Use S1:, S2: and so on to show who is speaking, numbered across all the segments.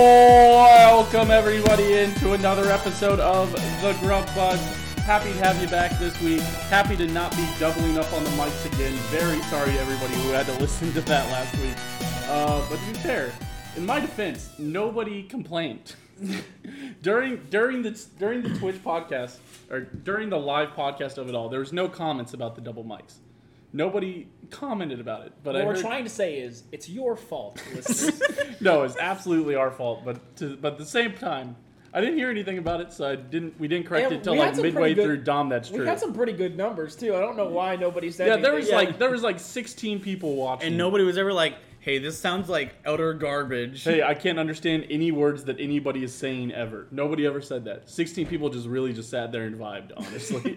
S1: Welcome everybody into another episode of the Grump Bugs. Happy to have you back this week. Happy to not be doubling up on the mics again. Very sorry everybody who had to listen to that last week. Uh, but to be fair, in my defense, nobody complained during during the during the Twitch podcast or during the live podcast of it all. There was no comments about the double mics. Nobody commented about it. But I
S2: What we're
S1: heard-
S2: trying to say is it's your fault, listeners.
S1: no, it's absolutely our fault. But to, but at the same time, I didn't hear anything about it, so I didn't. We didn't correct
S2: Yeah,
S1: it till
S2: we had
S1: like
S2: some pretty
S1: midway
S2: good-
S1: through. Dom, that's
S2: we
S1: true.
S2: got some pretty good numbers too. I don't know why nobody said.
S1: yeah, there was
S2: anything.
S1: like there was like 16 people watching.
S3: And nobody was ever like, hey, this sounds like utter garbage.
S1: Hey, I can't understand any words that anybody is saying ever. Nobody ever said that. 16 people just really just sat there and vibed, honestly.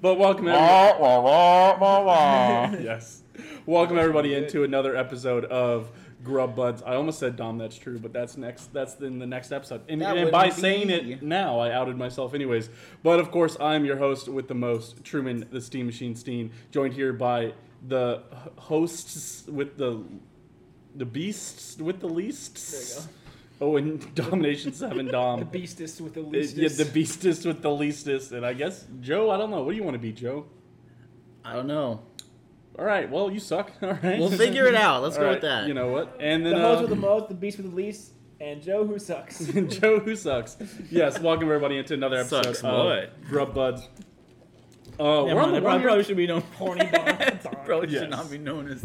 S1: but welcome everybody. yes. Welcome everybody into another episode of Grub Buds. I almost said Dom, that's true, but that's next. That's in the next episode. And,
S3: That
S1: and
S3: would
S1: by
S3: be-
S1: saying it now, I outed myself, anyways. But of course, I'm your host with the most, Truman, the Steam Machine Steen, joined here by the h- hosts with the the beasts with the leasts.
S2: There you
S1: Oh, and Domination Seven Dom.
S2: the beastest with the
S1: Uh,
S2: least.
S1: yeah, the beastest with the leastest, and I guess Joe. I don't know. What do you want to be, Joe?
S3: I don't know.
S1: All right. Well, you suck. All right.
S3: We'll figure it out. Let's
S1: All
S3: go
S1: right,
S3: with that.
S1: You know what? And then
S2: the host
S1: uh,
S2: with the most, the beast with the least, and Joe who sucks.
S1: Joe who sucks. Yes. Welcome everybody into another episode
S3: Sucks
S1: of
S3: what?
S1: Grub Buds. Uh,
S3: Yeah,
S1: we're on the
S3: man, it
S1: one
S3: probably,
S1: year-
S3: probably should be known.
S2: Horny bar.
S3: probably
S1: Yes.
S3: should not be known as.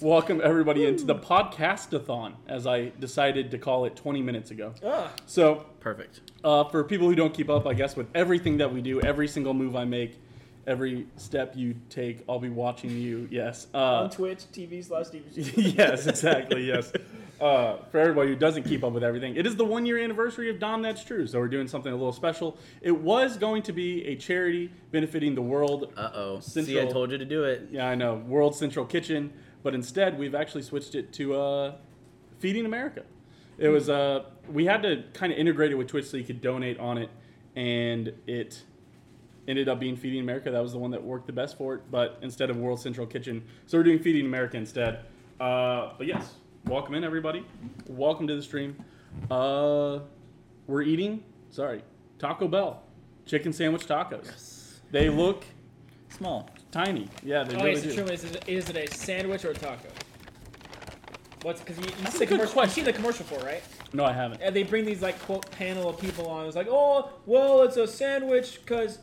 S1: welcome everybody into the podcastathon, as I decided to call it 20 minutes ago.
S2: Ah,
S1: So
S3: Perfect.
S1: uh, for people who don't keep up, I guess, with everything that we do, every single move I make, every step you take, I'll be watching you. Yes. Uh,
S2: on Twitch TV slash TV.
S1: yes, exactly. Yes. Uh, for everybody who doesn't keep up with everything, it is the one year anniversary of Dom That's True. So we're doing something a little special. It was going to be a charity benefiting the World.
S3: Uh oh. See, I
S1: Central-
S3: told you to do it.
S1: yeah, I know. World Central Kitchen. But instead, we've actually switched it to uh, Feeding America. It was, uh, we had to kind of integrate it with Twitch so you could donate on it. And it ended up being Feeding America. That was the one that worked the best for it, but instead of World Central Kitchen. So we're doing Feeding America instead. Uh, but yes, welcome in, everybody. Welcome to the stream. Uh, we're eating, sorry, Taco Bell chicken sandwich tacos. They look
S3: Small.
S1: tiny. Yeah, they
S2: Oh,
S1: really
S2: wait, so
S1: do.
S2: Truman, is it, is it a sandwich or a taco? What's because you, you see
S1: a
S2: the
S1: good
S2: commercial? You see the commercial for it, right?
S1: No, I haven't.
S2: and they bring these like quote panel of people on. It's like, oh, well, it's a sandwich because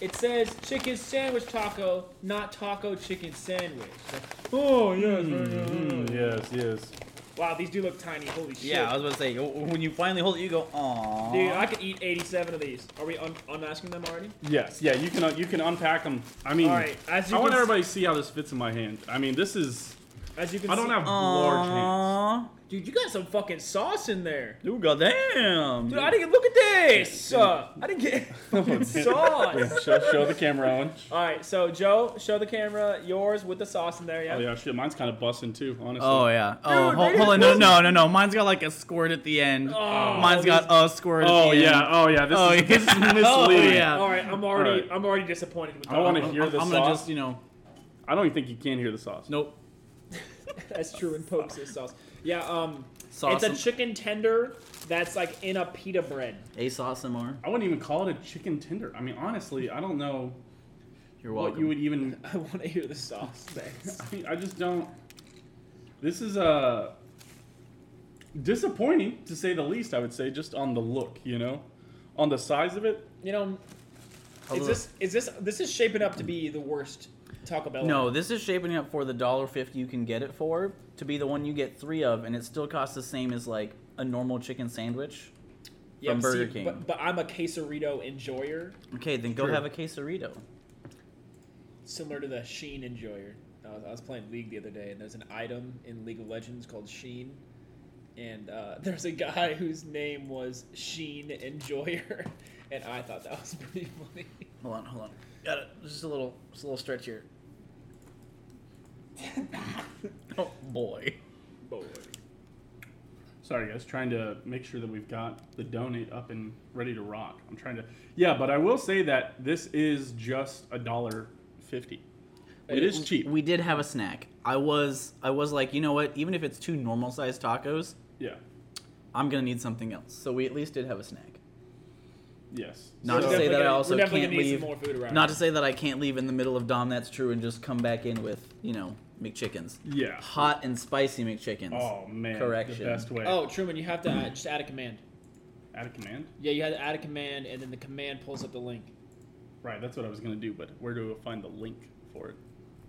S2: it says chicken sandwich taco, not taco chicken sandwich. It's like, oh yes,
S1: Hmm.
S2: right, yeah,
S3: Mm.
S2: yeah, yeah.
S1: yes, yes.
S2: Wow, these do look tiny. Holy shit.
S3: Yeah, I was about to say, w- when you finally hold it, you go, aww.
S2: Dude, I could eat 87 of these. Are we un- unmasking them already?
S1: Yes, yeah. You can you can unpack them. I mean,
S2: All right. As
S1: Hmm. I
S2: you can
S1: want
S2: s-
S1: everybody to see how this fits in my hand. I mean, this is.
S2: As you can
S1: I don't
S2: see-
S1: have large hands.
S3: Aww.
S2: Dude, you got some fucking sauce in there.
S3: Dude, goddamn.
S1: Hmm.
S2: Dude, I didn't look at this. Uh, I didn't get fucking sauce.
S1: show, show the camera, Owen.
S2: All right, so Joe, show the camera yours with the sauce in there. Yeah.
S1: Oh yeah, shit. Mine's kind of busting too, honestly.
S3: Oh yeah. Oh,
S2: Dude,
S3: hold,
S2: they
S3: hold on. No,
S2: didn't-
S3: no, no, no. Mine's got like a squirt at the end.
S2: Oh,
S3: Mine's got a squirt.
S1: Oh
S3: at the
S1: yeah.
S3: End.
S1: Oh yeah. This,
S3: Oh,
S1: is,
S3: yeah.
S1: this is misleading.
S3: Oh, yeah.
S2: All right, I'm already,
S1: All right.
S2: I'm already disappointed with that.
S1: I wanna
S3: I'm-
S1: hear the
S3: I'm gonna
S1: sauce?
S3: just, you know.
S1: I don't even think you can hear the sauce.
S3: Nope.
S2: That's true and pokes his sauce. Yeah, um,
S3: Sauce.
S2: it's a chicken tender that's like in a pita bread.
S3: a sauce and more.
S1: I wouldn't even call it a chicken tender. I mean, honestly, I don't know
S3: You're
S1: what you
S3: welcome.
S1: would even.
S2: I want to hear the sauce. Thanks.
S1: I, mean, I just don't. This is uh, disappointing to say the least. I would say just on the look, you know, on the size of it.
S2: You know, is
S3: Hello.
S2: this is this this is shaping up to be the worst Taco Bell?
S3: No, this is shaping up for the dollar fifty you can get it for to be the one you get three of, and it still costs the same as like a normal chicken sandwich.
S2: yeah,
S3: from
S2: but
S3: Burger King.
S2: But, but I'm a quesarito enjoyer,
S3: Okay, then go
S1: True.
S3: have a quesarito.
S2: similar to the Sheen enjoyer. I was, I was playing League the other day, and there's an item in League of Legends called Sheen. And uh, there's a guy whose name was Sheen Enjoyer, and I thought that was pretty funny.
S3: Hold on, hold on. Got it. Just a little, just a little stretch here. oh boy.
S1: Sorry, guys. Trying to make sure that we've got the donate up and ready to rock. I'm trying to. Yeah, but I will say that this is just a dollar fifty. It is cheap.
S3: We did have a snack. I was, I was like, you know what? Even if it's two normal sized tacos,
S1: Yeah.
S3: I'm gonna need something else. So we at least did have a snack.
S1: Yes.
S3: Not
S1: So-
S3: to
S2: Definitely
S3: say that I
S2: gonna-
S3: also
S2: we're definitely
S3: can't
S2: gonna need some
S3: leave.
S2: more food around.
S3: Not to say that I can't leave in the middle of Dom. That's true, and just come back in with you know McChickens,
S1: Yeah.
S3: hot and spicy McChickens.
S1: Oh man.
S3: Correction.
S1: The best way.
S2: Oh, Truman, you have to uh, just add a command.
S1: Out of command.
S2: Yeah, you had to add a command, and then the command pulls up the link.
S1: Right. That's what I was gonna do, but where do I find the link for it?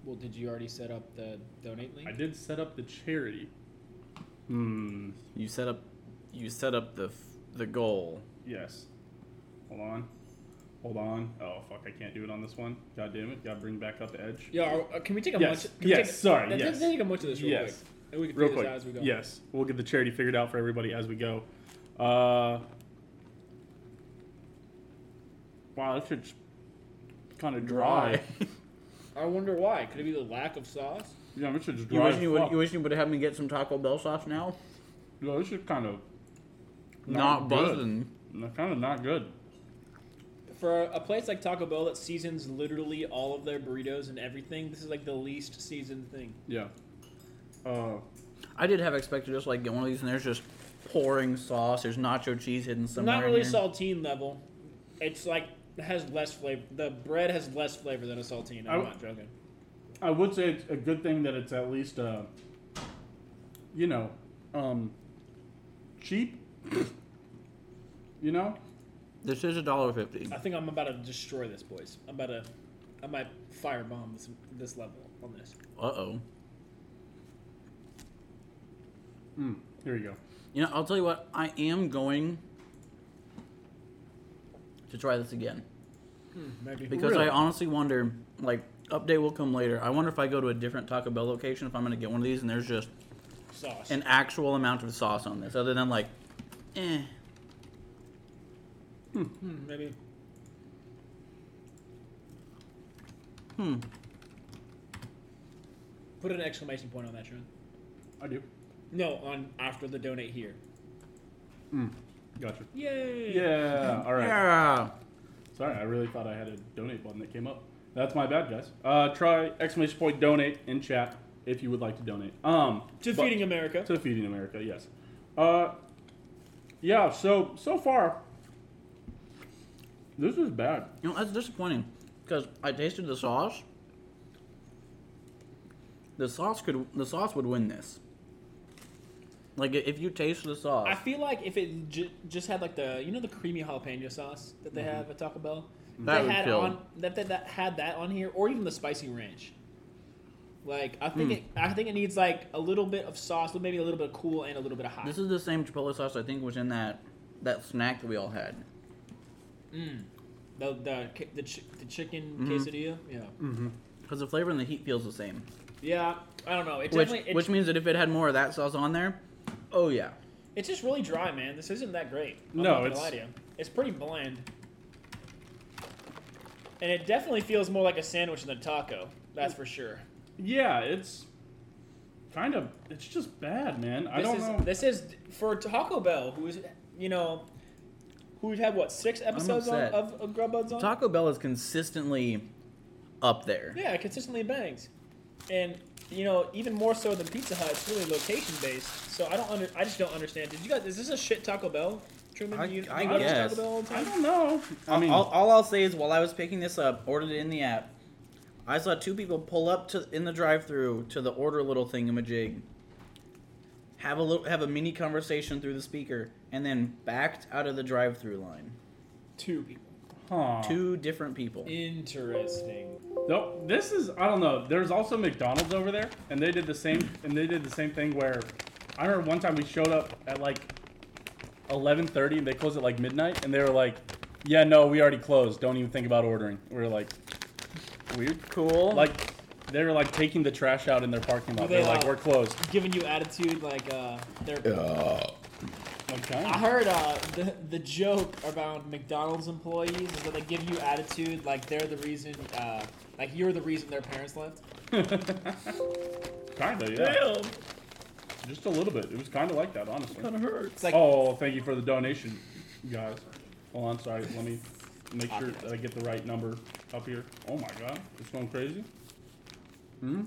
S2: Well, did you already set up the donate link?
S1: I did set up the charity. Hmm.
S3: You set up, you set up the f- the goal.
S1: Yes. Hold on. Hold on. Oh fuck! I can't do it on this one. God damn it! Gotta bring back up edge.
S2: Yeah, are, uh, can we take a
S1: Yes,
S2: munch? Can
S1: yes,
S2: we take a,
S1: sorry,
S2: let's-
S1: yes.
S2: Let's take a munch of this real
S1: Yes.
S2: quick. And we can
S1: Real
S2: figure
S1: quick.
S2: this out as we go.
S1: Yes. We'll get the charity figured out for everybody as we go. Uh. Wow, this shit's kind of dry.
S2: I wonder why. Could it be the lack of sauce?
S1: yeah, this shit's dry.
S3: You wish
S1: as
S3: you would.
S1: fuck.
S3: You wish you would have me get some Taco Bell sauce now.
S1: Yeah, this is kind of good.
S3: Not, buzzing.
S1: Kind of not good.
S2: For a place like Taco Bell that seasons literally all of their burritos and everything, this is like the least seasoned thing.
S1: Yeah. Uh,
S3: I did have expected just like get one of these, and there's just pouring sauce. There's nacho cheese hidden somewhere.
S2: Not
S3: in
S2: really
S3: here.
S2: saltine level. It's like it has less flavor. The bread has less flavor than a saltine.
S1: I w-
S2: I'm not joking.
S1: I would say it's a good thing that it's at least, uh, you know, um, cheap. you know,
S3: This is a dollar fifty.
S2: I think I'm about to destroy this, boys. I'm about to. I might firebomb this, this level on this.
S3: Uh oh.
S1: mm, here you go.
S3: You know, I'll tell you what. I am going to try this again.
S2: Maybe.
S3: Because
S1: Really?
S3: I honestly wonder, like, update will come later. I wonder if I go to a different Taco Bell location if I'm gonna get one of these, and there's just
S2: sauce.
S3: an actual amount of sauce on this, other than like, eh.
S2: Hmm, maybe.
S3: Hmm.
S2: Put an exclamation point on that, Sean.
S1: I do.
S2: No, on after the donate here.
S1: Mm, gotcha.
S2: Yay!
S1: Yeah. All right.
S3: Yeah.
S1: Sorry, I really thought I had a donate button that came up. That's my bad, guys. Uh, try exclamation point donate in chat if you would like to donate. Um,
S2: To
S1: but-
S2: Feeding America.
S1: to feeding America. Yes. Uh, yeah. So so far, this is bad.
S3: You know, that's disappointing because I tasted the sauce. The sauce could the sauce would win this. Like i- if you taste the
S2: I
S3: sauce,
S2: feel like if it j- just had like the you know the creamy jalapeno sauce that they have at Taco Bell, If
S3: Mm-hmm. That
S2: they
S3: would
S2: had
S3: kill.
S2: on that, that that had that on here, or even the spicy ranch. Like I think
S3: Hmm.
S2: it, I think it needs like a little bit of sauce, maybe a little bit of cool and a little bit of hot.
S3: this is the same chipotle sauce I think was in that that snack that we all had.
S2: Mm. The the ki- the, ch- the chicken
S3: Mhm.
S2: quesadilla, yeah,
S1: Mm-hmm.
S3: Because the flavor and the heat feels the same.
S2: yeah. I don't know. It
S3: Which,
S2: definitely it,
S3: which means that if it had more of that sauce on there, oh yeah.
S2: it's just really dry, man. This isn't that great.
S1: No,
S2: I'm not gonna
S1: it's-
S2: lie to you. it's pretty bland, and it definitely feels more like a sandwich than a taco. That's for sure.
S1: Yeah, it's kind of it's just bad, man. I
S2: this
S1: don't
S2: is,
S1: know.
S2: This is for Taco Bell, who is you know, who had what six episodes on,
S3: upset.
S2: of, of Grubbuds on?
S3: Taco Bell is consistently up there.
S2: yeah, consistently bangs, and you know even more so than Pizza Hut. It's really location based, so I don't under, I just don't understand. Did you guys? Is this a shit Taco Bell? Truman,
S3: I-
S2: Do you,
S3: I
S2: you go to
S3: guess.
S2: Taco Bell all the
S1: I
S2: time?
S1: don't know. I mean,
S3: all, all I'll say is while I was picking this up, ordered it in the app, I saw two people pull up to in the drive-through to the order little thingamajig, have a little, have a mini conversation through the speaker, and then backed out of the drive-through line.
S2: Two people.
S1: huh.
S3: Two different people.
S2: Interesting.
S1: Nope, this is I don't know. There's also McDonald's over there, and they did the same. And they did the same thing where I remember one time we showed up at like 11:30, and they closed at like midnight, and they were like, "Yeah, no, we already closed. Don't even think about ordering." We were like, "Weird."
S3: Cool.
S1: Like they were like taking the trash out in their parking lot.
S2: Were they
S1: They're like,
S2: out?
S1: "We're closed."
S2: Giving you attitude like uh, they're.
S1: Okay.
S2: I heard uh, the the joke about McDonald's employees is that they give you attitude like they're the reason, uh, like you're the reason their parents left.
S1: kind of, yeah. Just a little bit. It was kind of like that, honestly.
S3: Kind of hurts.
S2: It's like
S1: Oh, thank you for the donation, guys. Hold on, sorry. Let me make sure that I get the right number up here. Oh my god, it's going crazy. Hmm.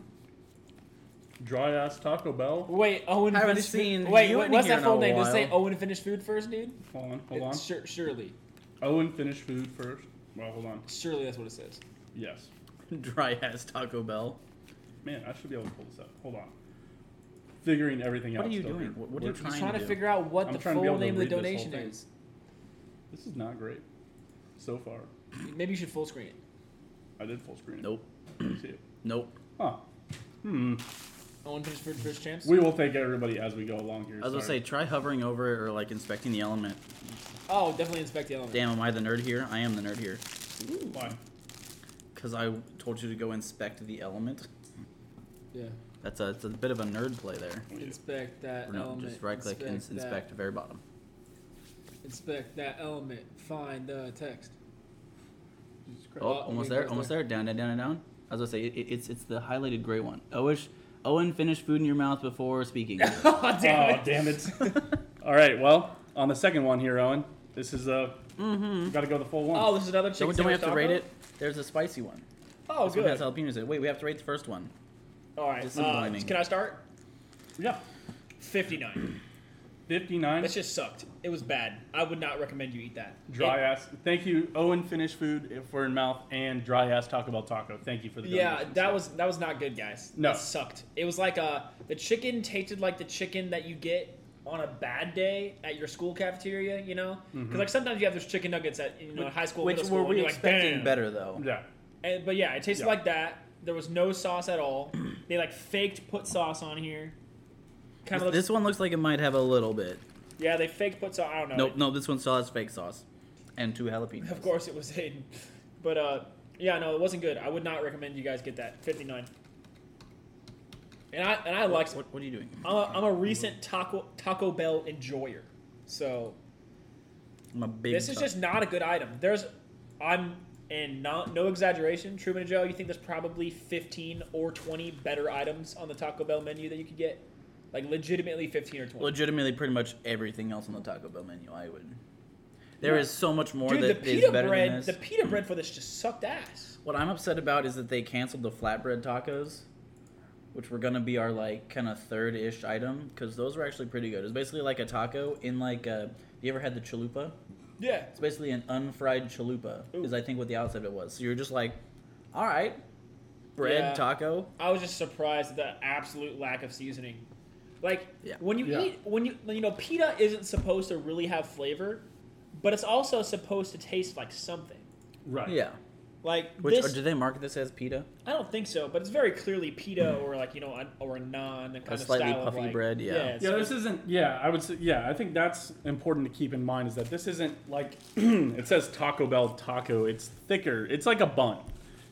S1: dry ass Taco Bell.
S2: Wait, Owen.
S3: Haven't
S2: Finished
S3: seen
S2: food. Wait,
S3: you
S2: wait
S3: in
S2: what's
S3: here
S2: that
S3: in a
S2: full name? Just say
S3: while.
S2: Owen finished food first, dude.
S1: Hold on, hold on.
S2: It's sur- surely,
S1: Owen finish food first. Well, hold on.
S2: surely that's what it says.
S1: Yes.
S3: Dry ass Taco Bell.
S1: Man, I should be able to pull this up. Hold on. Figuring everything out.
S3: What are you
S1: still
S3: doing?
S1: here.
S3: What- what are you
S1: We're-
S2: He's
S3: Trying
S2: trying
S3: to
S2: to
S3: do.
S2: figure out what
S1: I'm
S2: the
S1: trying to be
S2: full
S1: able to
S2: name of the
S1: read this whole
S2: donation
S1: thing.
S2: is.
S1: This is not great so far.
S2: Maybe you should full screen it.
S1: I did full screen. it.
S3: Nope.
S1: Let me see it.
S3: Nope.
S1: Huh. Hmm.
S2: Owen finished food first, champs.
S1: We will thank everybody as we go along here.
S3: I was gonna say
S1: Sorry.
S3: try hovering over it or like inspecting the element.
S2: Oh, definitely inspect the element.
S3: Damn, am I the nerd here? I am the nerd here.
S1: Why?
S3: Cause I told you to go inspect the element.
S2: Yeah.
S3: That's a, it's a bit of a nerd play there.
S2: Inspect that
S3: Or no,
S2: element.
S3: just right click and
S2: inspect,
S3: inspect the very bottom.
S2: That, inspect that element. Find the text.
S1: Jesus
S3: Oh,
S1: Christ.
S2: Oh,
S3: almost
S2: we
S3: there,
S2: go
S3: almost there. Down, down, down, and down. I was gonna say it, it- it's it's the highlighted gray one. Oh, Owish, Owen, finish food in your mouth before speaking.
S2: oh,
S1: oh, damn it. All right. Well, on the second one here, Owen. This is uh,
S3: mm-hmm.
S1: you got to go the full one.
S2: Oh, this is another chicken
S3: Don't, don't we have
S2: sandwich
S3: to rate
S2: taco?
S3: it? There's a spicy one.
S2: Oh,
S3: This one has
S2: good.
S3: jalapenos. in it. Wait, we have to rate the first one.
S2: All right. Uh,
S3: Disappointing.
S2: can I start?
S1: yeah.
S2: 59.
S1: 59.
S2: That just sucked. It was bad. I would not recommend you eat that.
S1: Dry
S2: It-
S1: ass. Thank you, Owen Finish Food eh, for in mouth and dry ass Taco Bell Taco. Thank you for the
S2: Yeah,
S1: donations.
S2: that was that was not good, guys.
S1: No.
S2: That sucked. It was like uh the chicken tasted like the chicken that you get on a bad day at your school cafeteria, you know? Because like sometimes you have those chicken nuggets at you know high school,
S3: Mm-hmm. Which
S2: middle school,
S3: were
S2: and
S3: we
S2: you're
S3: expecting
S2: like, "Damn."
S3: better though?
S1: Yeah.
S2: And- but yeah, it tasted
S1: Yeah.
S2: like that. There was no sauce at all. they like faked put sauce on here. Kind
S3: This,
S2: of looks.
S3: this one looks like it might have a little bit.
S2: yeah, they faked put sauce. I don't know.
S3: Nope, no, this one still has fake sauce and two jalapenos.
S2: Of course, it was Hayden. But uh, yeah, no, it wasn't good. I would not recommend you guys get that. Fifty nine. And I and I like.
S3: What, what are you doing?
S2: I'm a, I'm a recent Taco Taco Bell enjoyer, so
S3: I'm a big.
S2: this is
S3: suck.
S2: just not a good item. There's, I'm and not no exaggeration, Truman and Joe. You think there's probably 15 or 20 better items on the Taco Bell menu that you could get, like legitimately 15 or 20.
S3: legitimately pretty much everything else on the Taco Bell menu. I would. There is
S2: Yeah.
S3: so much more
S2: Dude,
S3: that
S2: the
S3: is
S2: pita
S3: better
S2: bread, the
S3: than this.
S2: pita bread for this just sucked ass.
S3: What I'm upset about is that they canceled the flatbread tacos, which were gonna be our like kind of third-ish item because those were actually pretty good. It's basically like a taco in like a. You ever had the chalupa?
S2: Yeah.
S3: It's basically an unfried chalupa.
S2: Ooh.
S3: Is I think what the outside of it was. So you're just like, all right, bread
S2: Yeah.
S3: taco.
S2: I was just surprised at the absolute lack of seasoning. Like
S3: Yeah.
S2: when you
S1: Yeah.
S2: eat when you you know pita isn't supposed to really have flavor, but it's also supposed to taste like something.
S1: Right.
S3: Yeah.
S2: Like
S3: Which
S2: this,
S3: or do they market this as pita?
S2: I don't think so, but it's very clearly pita or like you know a- or a non kind of
S3: slightly
S2: style of,
S3: puffy
S2: like-
S3: bread, yeah.
S2: yeah,
S1: Yeah,
S2: so
S1: this isn't. Yeah, I would say. Yeah, I think that's important to keep in mind is that this isn't like it says Taco Bell taco. It's thicker. It's like a bun.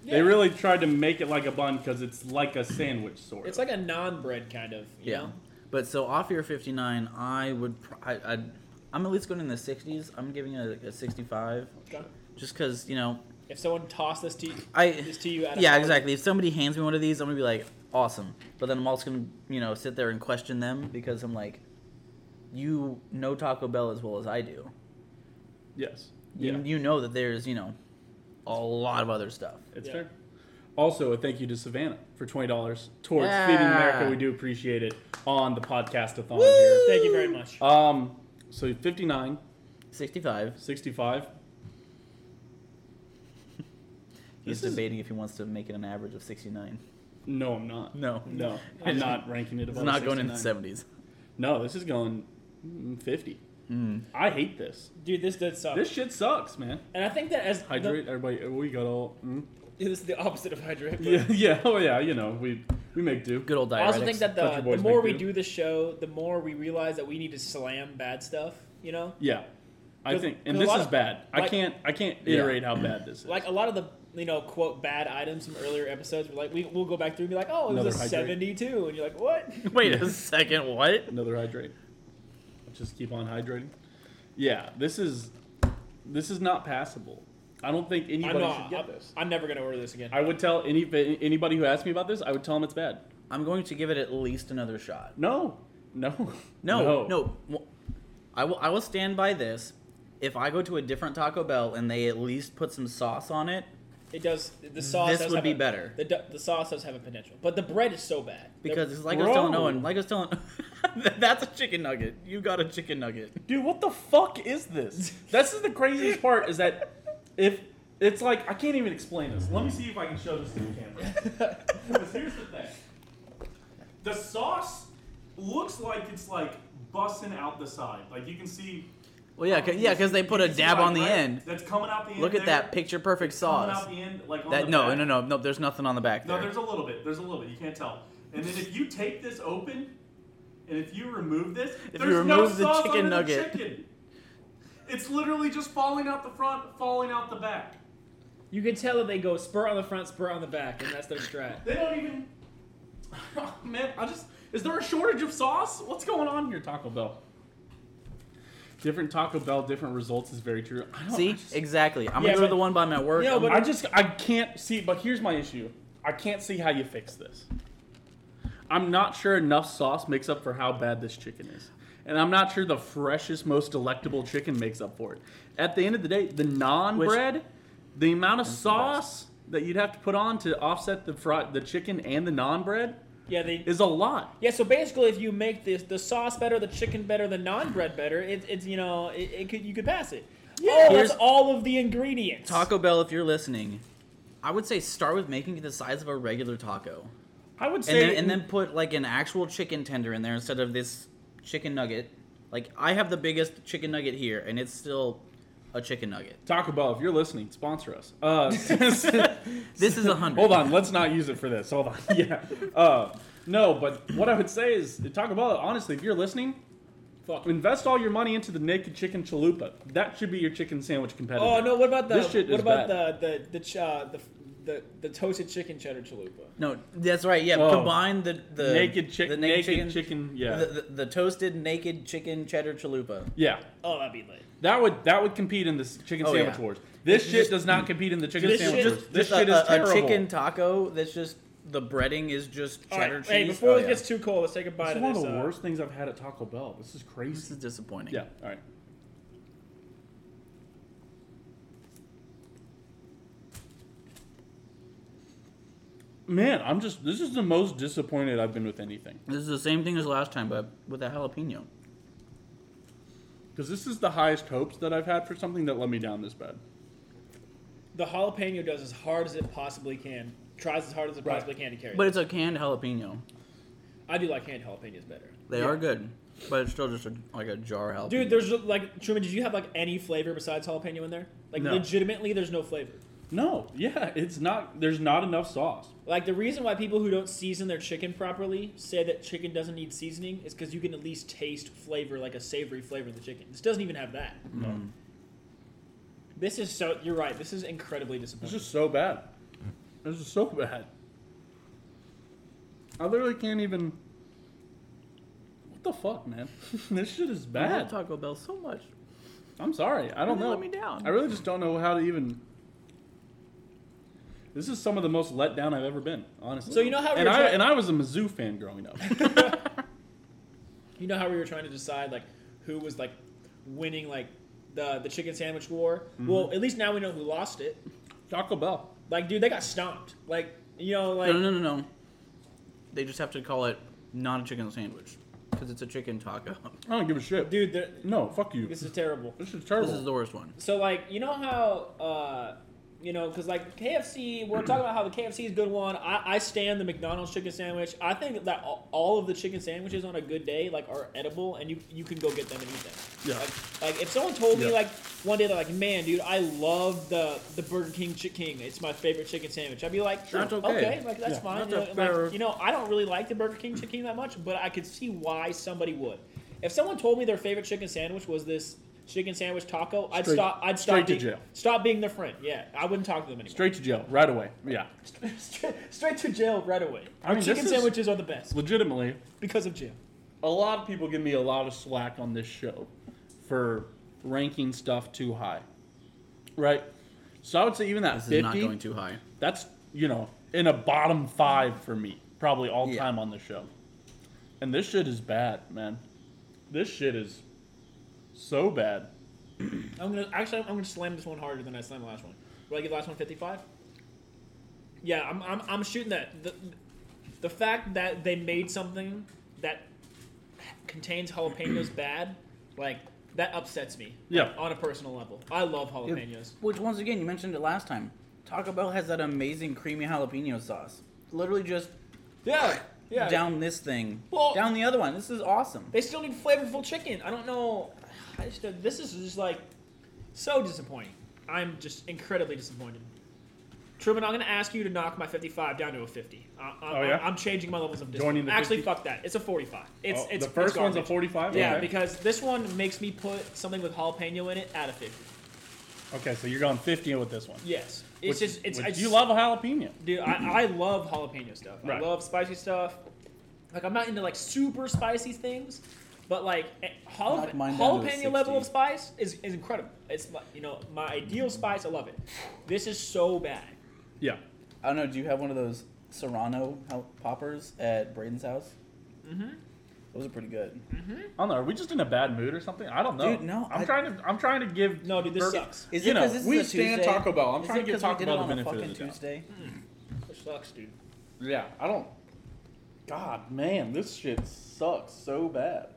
S2: Yeah.
S1: They really tried to make it like a bun because it's like a sandwich sort.
S2: it's
S1: of.
S2: like a non bread kind of. You
S3: Yeah.
S2: Know?
S3: But so off your 59, I would. pr- I, I'd, I'm at least going in the 60s. I'm giving it a, a 65.
S2: Okay.
S3: Just because, you know,
S2: If someone tossed this to you,
S3: I.
S2: this to you out of
S3: Yeah,
S2: college-
S3: exactly. If somebody hands me one of these, I'm going to be like, awesome. But then I'm also going to, you know, sit there and question them because I'm like, you know Taco Bell as well as I do.
S1: yes.
S3: You,
S1: yeah.
S3: you know that there's, you know, a lot of other stuff.
S1: It's
S2: Yeah.
S1: fair. Also, a thank you to Savannah for twenty dollars towards
S3: Yeah.
S1: Feeding America. We do appreciate it on the podcast-a-thon here.
S2: Thank you very much.
S3: Uh,
S1: Um, so 59,
S3: 65.
S1: 65.
S3: He's
S1: This is-
S3: debating if he wants to make it an average of 69.
S1: No, I'm not.
S3: No.
S1: No, I'm not ranking it
S3: It's
S1: above.
S3: not going in the
S1: 69.
S3: 70s.
S1: No, this is going mm, 50.
S3: Mm.
S1: I hate this.
S2: Dude, this did suck.
S1: This shit sucks, man.
S2: and I think that as the-
S1: Hydrate, everybody. Oh, We got all. Mm.
S2: this is the opposite of hydrate. but-
S1: Yeah, yeah. Oh yeah. You know, we we make do.
S3: Good old diuretics.
S2: I also think that
S1: Touch
S2: the,
S1: your boys,
S2: the more
S1: big
S2: we
S1: dude.
S2: do the show, the more we realize that we need to slam bad stuff. You know,
S1: Yeah, I
S2: Cause-
S1: think, and
S2: cause a
S1: this
S2: lot
S1: is
S2: of-
S1: bad. I
S2: like-
S1: can't I can't iterate how bad this is.
S2: like a lot of the you know quote bad items from earlier episodes. We're like, we will go back through and be like, oh, it
S1: Another
S2: was a
S1: hydrate.
S2: seventy-two, and you're like, what?
S3: Wait a second, what?
S1: Another hydrate. Just keep on hydrating. Yeah, this is this is not passable. I don't think
S2: I'm
S1: anybody should
S2: not.
S1: get
S2: I'm,
S1: this.
S2: I'm never gonna order this again.
S1: I would tell any anybody who asked me about this, I would tell them it's bad.
S3: I'm going to give it at least another shot.
S1: No, no,
S3: No, no. w- I will, I will stand by this. If I go to a different Taco Bell and they at least put some sauce on it,
S2: It does. The sauce.
S3: This
S2: does
S3: would
S2: have
S3: be
S2: a-
S3: better.
S2: The, do- the sauce does have a potential, but the bread is so bad The-
S3: Because it's like I was telling
S1: Bro.
S3: Owen, like I was telling, that's a chicken nugget. You got a chicken nugget.
S1: Dude, what the fuck is this? This is the craziest part is that if it's like I can't even explain this. Let me see if I can show this to the camera. Because here's the thing. The sauce looks like it's like busting out the side. Like you can see
S3: Well, yeah, 'cause- yeah, because they put a
S1: you can see,
S3: dab
S1: like,
S3: on the
S1: right-
S3: end.
S1: That's coming out the end.
S3: Look at
S1: there,
S3: that picture perfect
S1: Coming out
S3: sauce.
S1: the end, like on
S3: That
S1: the
S3: no,
S1: back.
S3: no, no, no. There's nothing on the back
S1: No,
S3: there.
S1: there's a little bit. There's a little bit. You can't tell. And then if you take this open, and if you remove this,
S3: If you
S1: there's no
S3: remove the
S1: sauce
S3: chicken
S1: under
S3: nugget.
S1: the chicken. It's literally just falling out the front, falling out the back.
S2: you can tell that they go spur on the front, spur on the back, and that's their strat.
S1: They don't even. Oh, man, I just. Is there a shortage of sauce? What's going on here, Taco Bell? Different Taco Bell, different results is very true. I don't, I
S3: See,
S1: just-
S3: exactly. I'm
S2: Yeah,
S3: gonna go
S2: but-
S3: to the one by my work.
S2: Yeah,
S3: I'm-
S2: but-
S1: I just I can't see. But here's my issue: I can't see how you fix this. I'm not sure enough sauce makes up for how bad this chicken is, and I'm not sure the freshest, most delectable chicken makes up for it. At the end of the day, the non
S3: Which-
S1: bread, the amount of
S3: the best.
S1: sauce that you'd have to put on to offset the fry, the chicken and the non bread
S2: Yeah, they.
S1: is a lot.
S2: Yeah, so basically, if you make this the sauce better, the chicken better, the non bread better, it, it's you know it, it could you could pass it. Oh,
S3: Here's-
S2: that's all of the ingredients.
S3: Taco Bell, if you're listening, I would say start with making it the size of a regular taco,
S1: I would
S3: and
S1: say,
S3: then, and then put like an actual chicken tender in there instead of this chicken nugget. Like I have the biggest chicken nugget here, and it's still a chicken nugget.
S1: Taco Bell, if you're listening, sponsor us. Uh,
S3: This is a hundred.
S1: Hold on, let's not use it for this. Hold on. Yeah. Uh, no, but what I would say is Taco Bell, honestly, if you're listening,
S2: Fuck.
S1: invest all your money into the naked chicken chalupa. That should be your chicken sandwich competitor.
S2: Oh no! What about the
S1: This shit
S2: what
S1: is
S2: about the the the, ch- uh, the the the toasted chicken cheddar chalupa?
S3: No, that's right. Yeah,
S1: Whoa.
S3: combine the the
S1: naked chick-
S3: the
S1: naked chicken, yeah.
S3: the, the, the toasted naked chicken cheddar chalupa.
S1: yeah.
S2: Oh, that'd be lit.
S1: That would that would compete in the s- chicken
S3: Oh,
S1: sandwich
S3: yeah.
S1: wars. This
S3: It's
S1: shit
S3: just-
S1: does not compete in the chicken
S2: This
S1: sandwich
S2: shit-
S1: wars. This
S3: a,
S1: shit is
S3: a- a
S1: terrible.
S3: chicken taco that's just the breading is just
S2: All
S3: cheddar
S2: right,
S3: cheese.
S2: hey, before
S3: Oh,
S2: it
S3: yeah.
S2: gets too cold, let's take a bite
S1: This is
S2: of
S1: one of
S2: this.
S1: the
S2: uh,
S1: worst things I've had at Taco Bell. This is
S3: this
S1: crazy.
S3: is disappointing.
S1: Yeah. All right. Man, I'm just. This is the most disappointed I've been with anything
S3: This is the same thing as last time, but with a jalapeno.
S1: because this is the highest hopes that I've had for something that let me down this bad.
S2: The jalapeno does as hard as it possibly can. Tries as hard as it
S1: Right.
S2: possibly can to carry.
S3: But it's a canned jalapeno.
S2: I do like hand jalapenos better.
S3: They
S1: Yeah.
S3: are good, but it's still just a, like a jar jalapeno.
S2: Dude, there's like Truman. Did you have like any flavor besides jalapeno in there? Like
S1: No.
S2: legitimately, there's no flavor.
S1: No, yeah, it's not. There's not enough sauce.
S2: Like the reason why people who don't season their chicken properly say that chicken doesn't need seasoning is because you can at least taste flavor, like a savory flavor of the chicken. This doesn't even have that.
S1: No.
S2: This is so. You're right. This is incredibly
S1: This
S2: disappointing.
S1: is so bad. This is so bad. I literally can't even. What the fuck, man? this shit is
S3: I love
S1: bad.
S3: Taco Bell so much.
S1: I'm sorry. I don't
S3: Really
S1: know.
S3: let me down.
S1: I really just don't know how to even. This is some of the most let down I've ever been, honestly.
S2: So you know how we
S1: and
S2: were
S1: I
S2: try-
S1: and I was a Mizzou fan growing up.
S2: you know how we were trying to decide like who was like winning like the the chicken sandwich war.
S3: Mm-hmm.
S2: Well, at least now we know who lost it.
S1: Taco Bell.
S2: Like, dude, they got stomped. Like, you know, like
S3: No, no, no, no. They just have to call it not a chicken sandwich because it's a chicken taco.
S1: I don't give a shit.
S2: dude, they're-
S1: No, fuck you.
S2: this is terrible.
S1: This is
S3: this
S1: terrible.
S3: is the worst one.
S2: So like you know how uh, you know because like KFC, we're talking about how the KFC is a good one. I, I stand the McDonald's chicken sandwich. I think that all, all of the chicken sandwiches on a good day like are edible, and you you can go get them and eat them.
S1: Yeah.
S2: Like, like if someone told me
S1: Yeah.
S2: like one day they're like, man, dude, I love the the Burger King Chick King. It's my favorite chicken sandwich. I'd be like,
S3: That's
S2: "Sure,
S3: okay.
S2: like that's
S1: Yeah.
S2: fine.
S3: That's
S2: you, know,
S3: fair-
S2: like, you know, I don't really like the Burger King Chick King that much, but I could see why somebody would. If someone told me their favorite chicken sandwich was this chicken sandwich taco, I'd
S1: Straight-
S2: stop. I'd
S1: straight
S2: stop
S1: to
S2: being,
S1: jail.
S2: Stop being their friend. Yeah, I wouldn't talk to them anymore.
S1: Straight to jail right away. Yeah.
S2: Straight, straight to jail right away.
S1: I mean, this
S2: chicken
S1: is-
S2: sandwiches are the best
S1: Legitimately,
S2: because of jail.
S1: a lot of people give me a lot of slack on this show for ranking stuff too high. Right? So I would say even that
S3: This
S1: 50
S3: is not going too high.
S1: that's you know in a bottom five for me probably all
S3: Yeah.
S1: time on the show and this shit is bad man this shit is so bad
S2: I'm gonna actually I'm gonna slam this one harder than I slammed the last one. Will I give the last one 55? yeah, I'm, I'm, I'm shooting that. The, the fact that they made something that contains jalapenos bad, like that upsets me.
S1: Yeah.
S2: on a personal level, I love jalapenos.
S3: Which, once again, you mentioned it last time. Taco Bell has that amazing creamy jalapeno sauce. Literally just
S2: Yeah, yeah.
S3: down this thing,
S2: Well-
S3: down the other one. This is awesome.
S2: They still need flavorful chicken. I don't know. I just, this is just like so disappointing. I'm just incredibly disappointed. Truman, I'm going to ask you to knock my 55 down to a 50. I, I,
S1: Oh, yeah?
S2: I'm changing my levels of discipline.
S1: Joining the
S2: Actually,
S1: 50?
S2: fuck that. It's a 45. It's
S1: Oh,
S2: it's
S1: the first
S2: it's
S1: one's a
S2: garbage.
S1: 45.
S2: Yeah,
S1: okay.
S2: because this one makes me put something with jalapeno in it at a 50.
S1: okay, so you're going 50 with this one.
S2: Yes, it's
S1: Which-
S2: just it's.
S1: which
S2: I just,
S1: you love a jalapeno.
S2: dude. I, I love jalapeno stuff.
S1: Right.
S2: I love spicy stuff. Like I'm not into like super spicy things, but like eh, jalap-
S3: Knock mine down to a
S2: jalapeno level
S3: 60.
S2: of spice is, is incredible. It's like you know my ideal spice. I love it. This is so bad.
S1: Yeah.
S3: I don't know. Do you have one of those Serrano hal- poppers at Braden's house? Mm-hmm. Those are pretty good.
S1: I don't know. Are we just in a bad mood or something? I don't know.
S3: Dude, no,
S1: I'm
S3: I-
S1: trying to. I'm trying to give.
S2: No, dude, this
S1: Bur-
S2: sucks.
S3: Is
S1: You
S3: it
S1: know,
S3: 'cause this
S1: we
S3: is a
S1: stand
S3: Tuesday?
S1: Taco Bell. I'm
S3: Is
S1: trying
S3: it
S1: to give
S3: 'cause we
S1: Taco
S3: did
S1: Bell
S3: it
S1: the
S3: on a
S1: benefit of
S3: fucking
S1: the doubt.
S3: Tuesday.
S2: This sucks, dude.
S1: Yeah, I don't.
S4: God, man, this shit sucks so bad.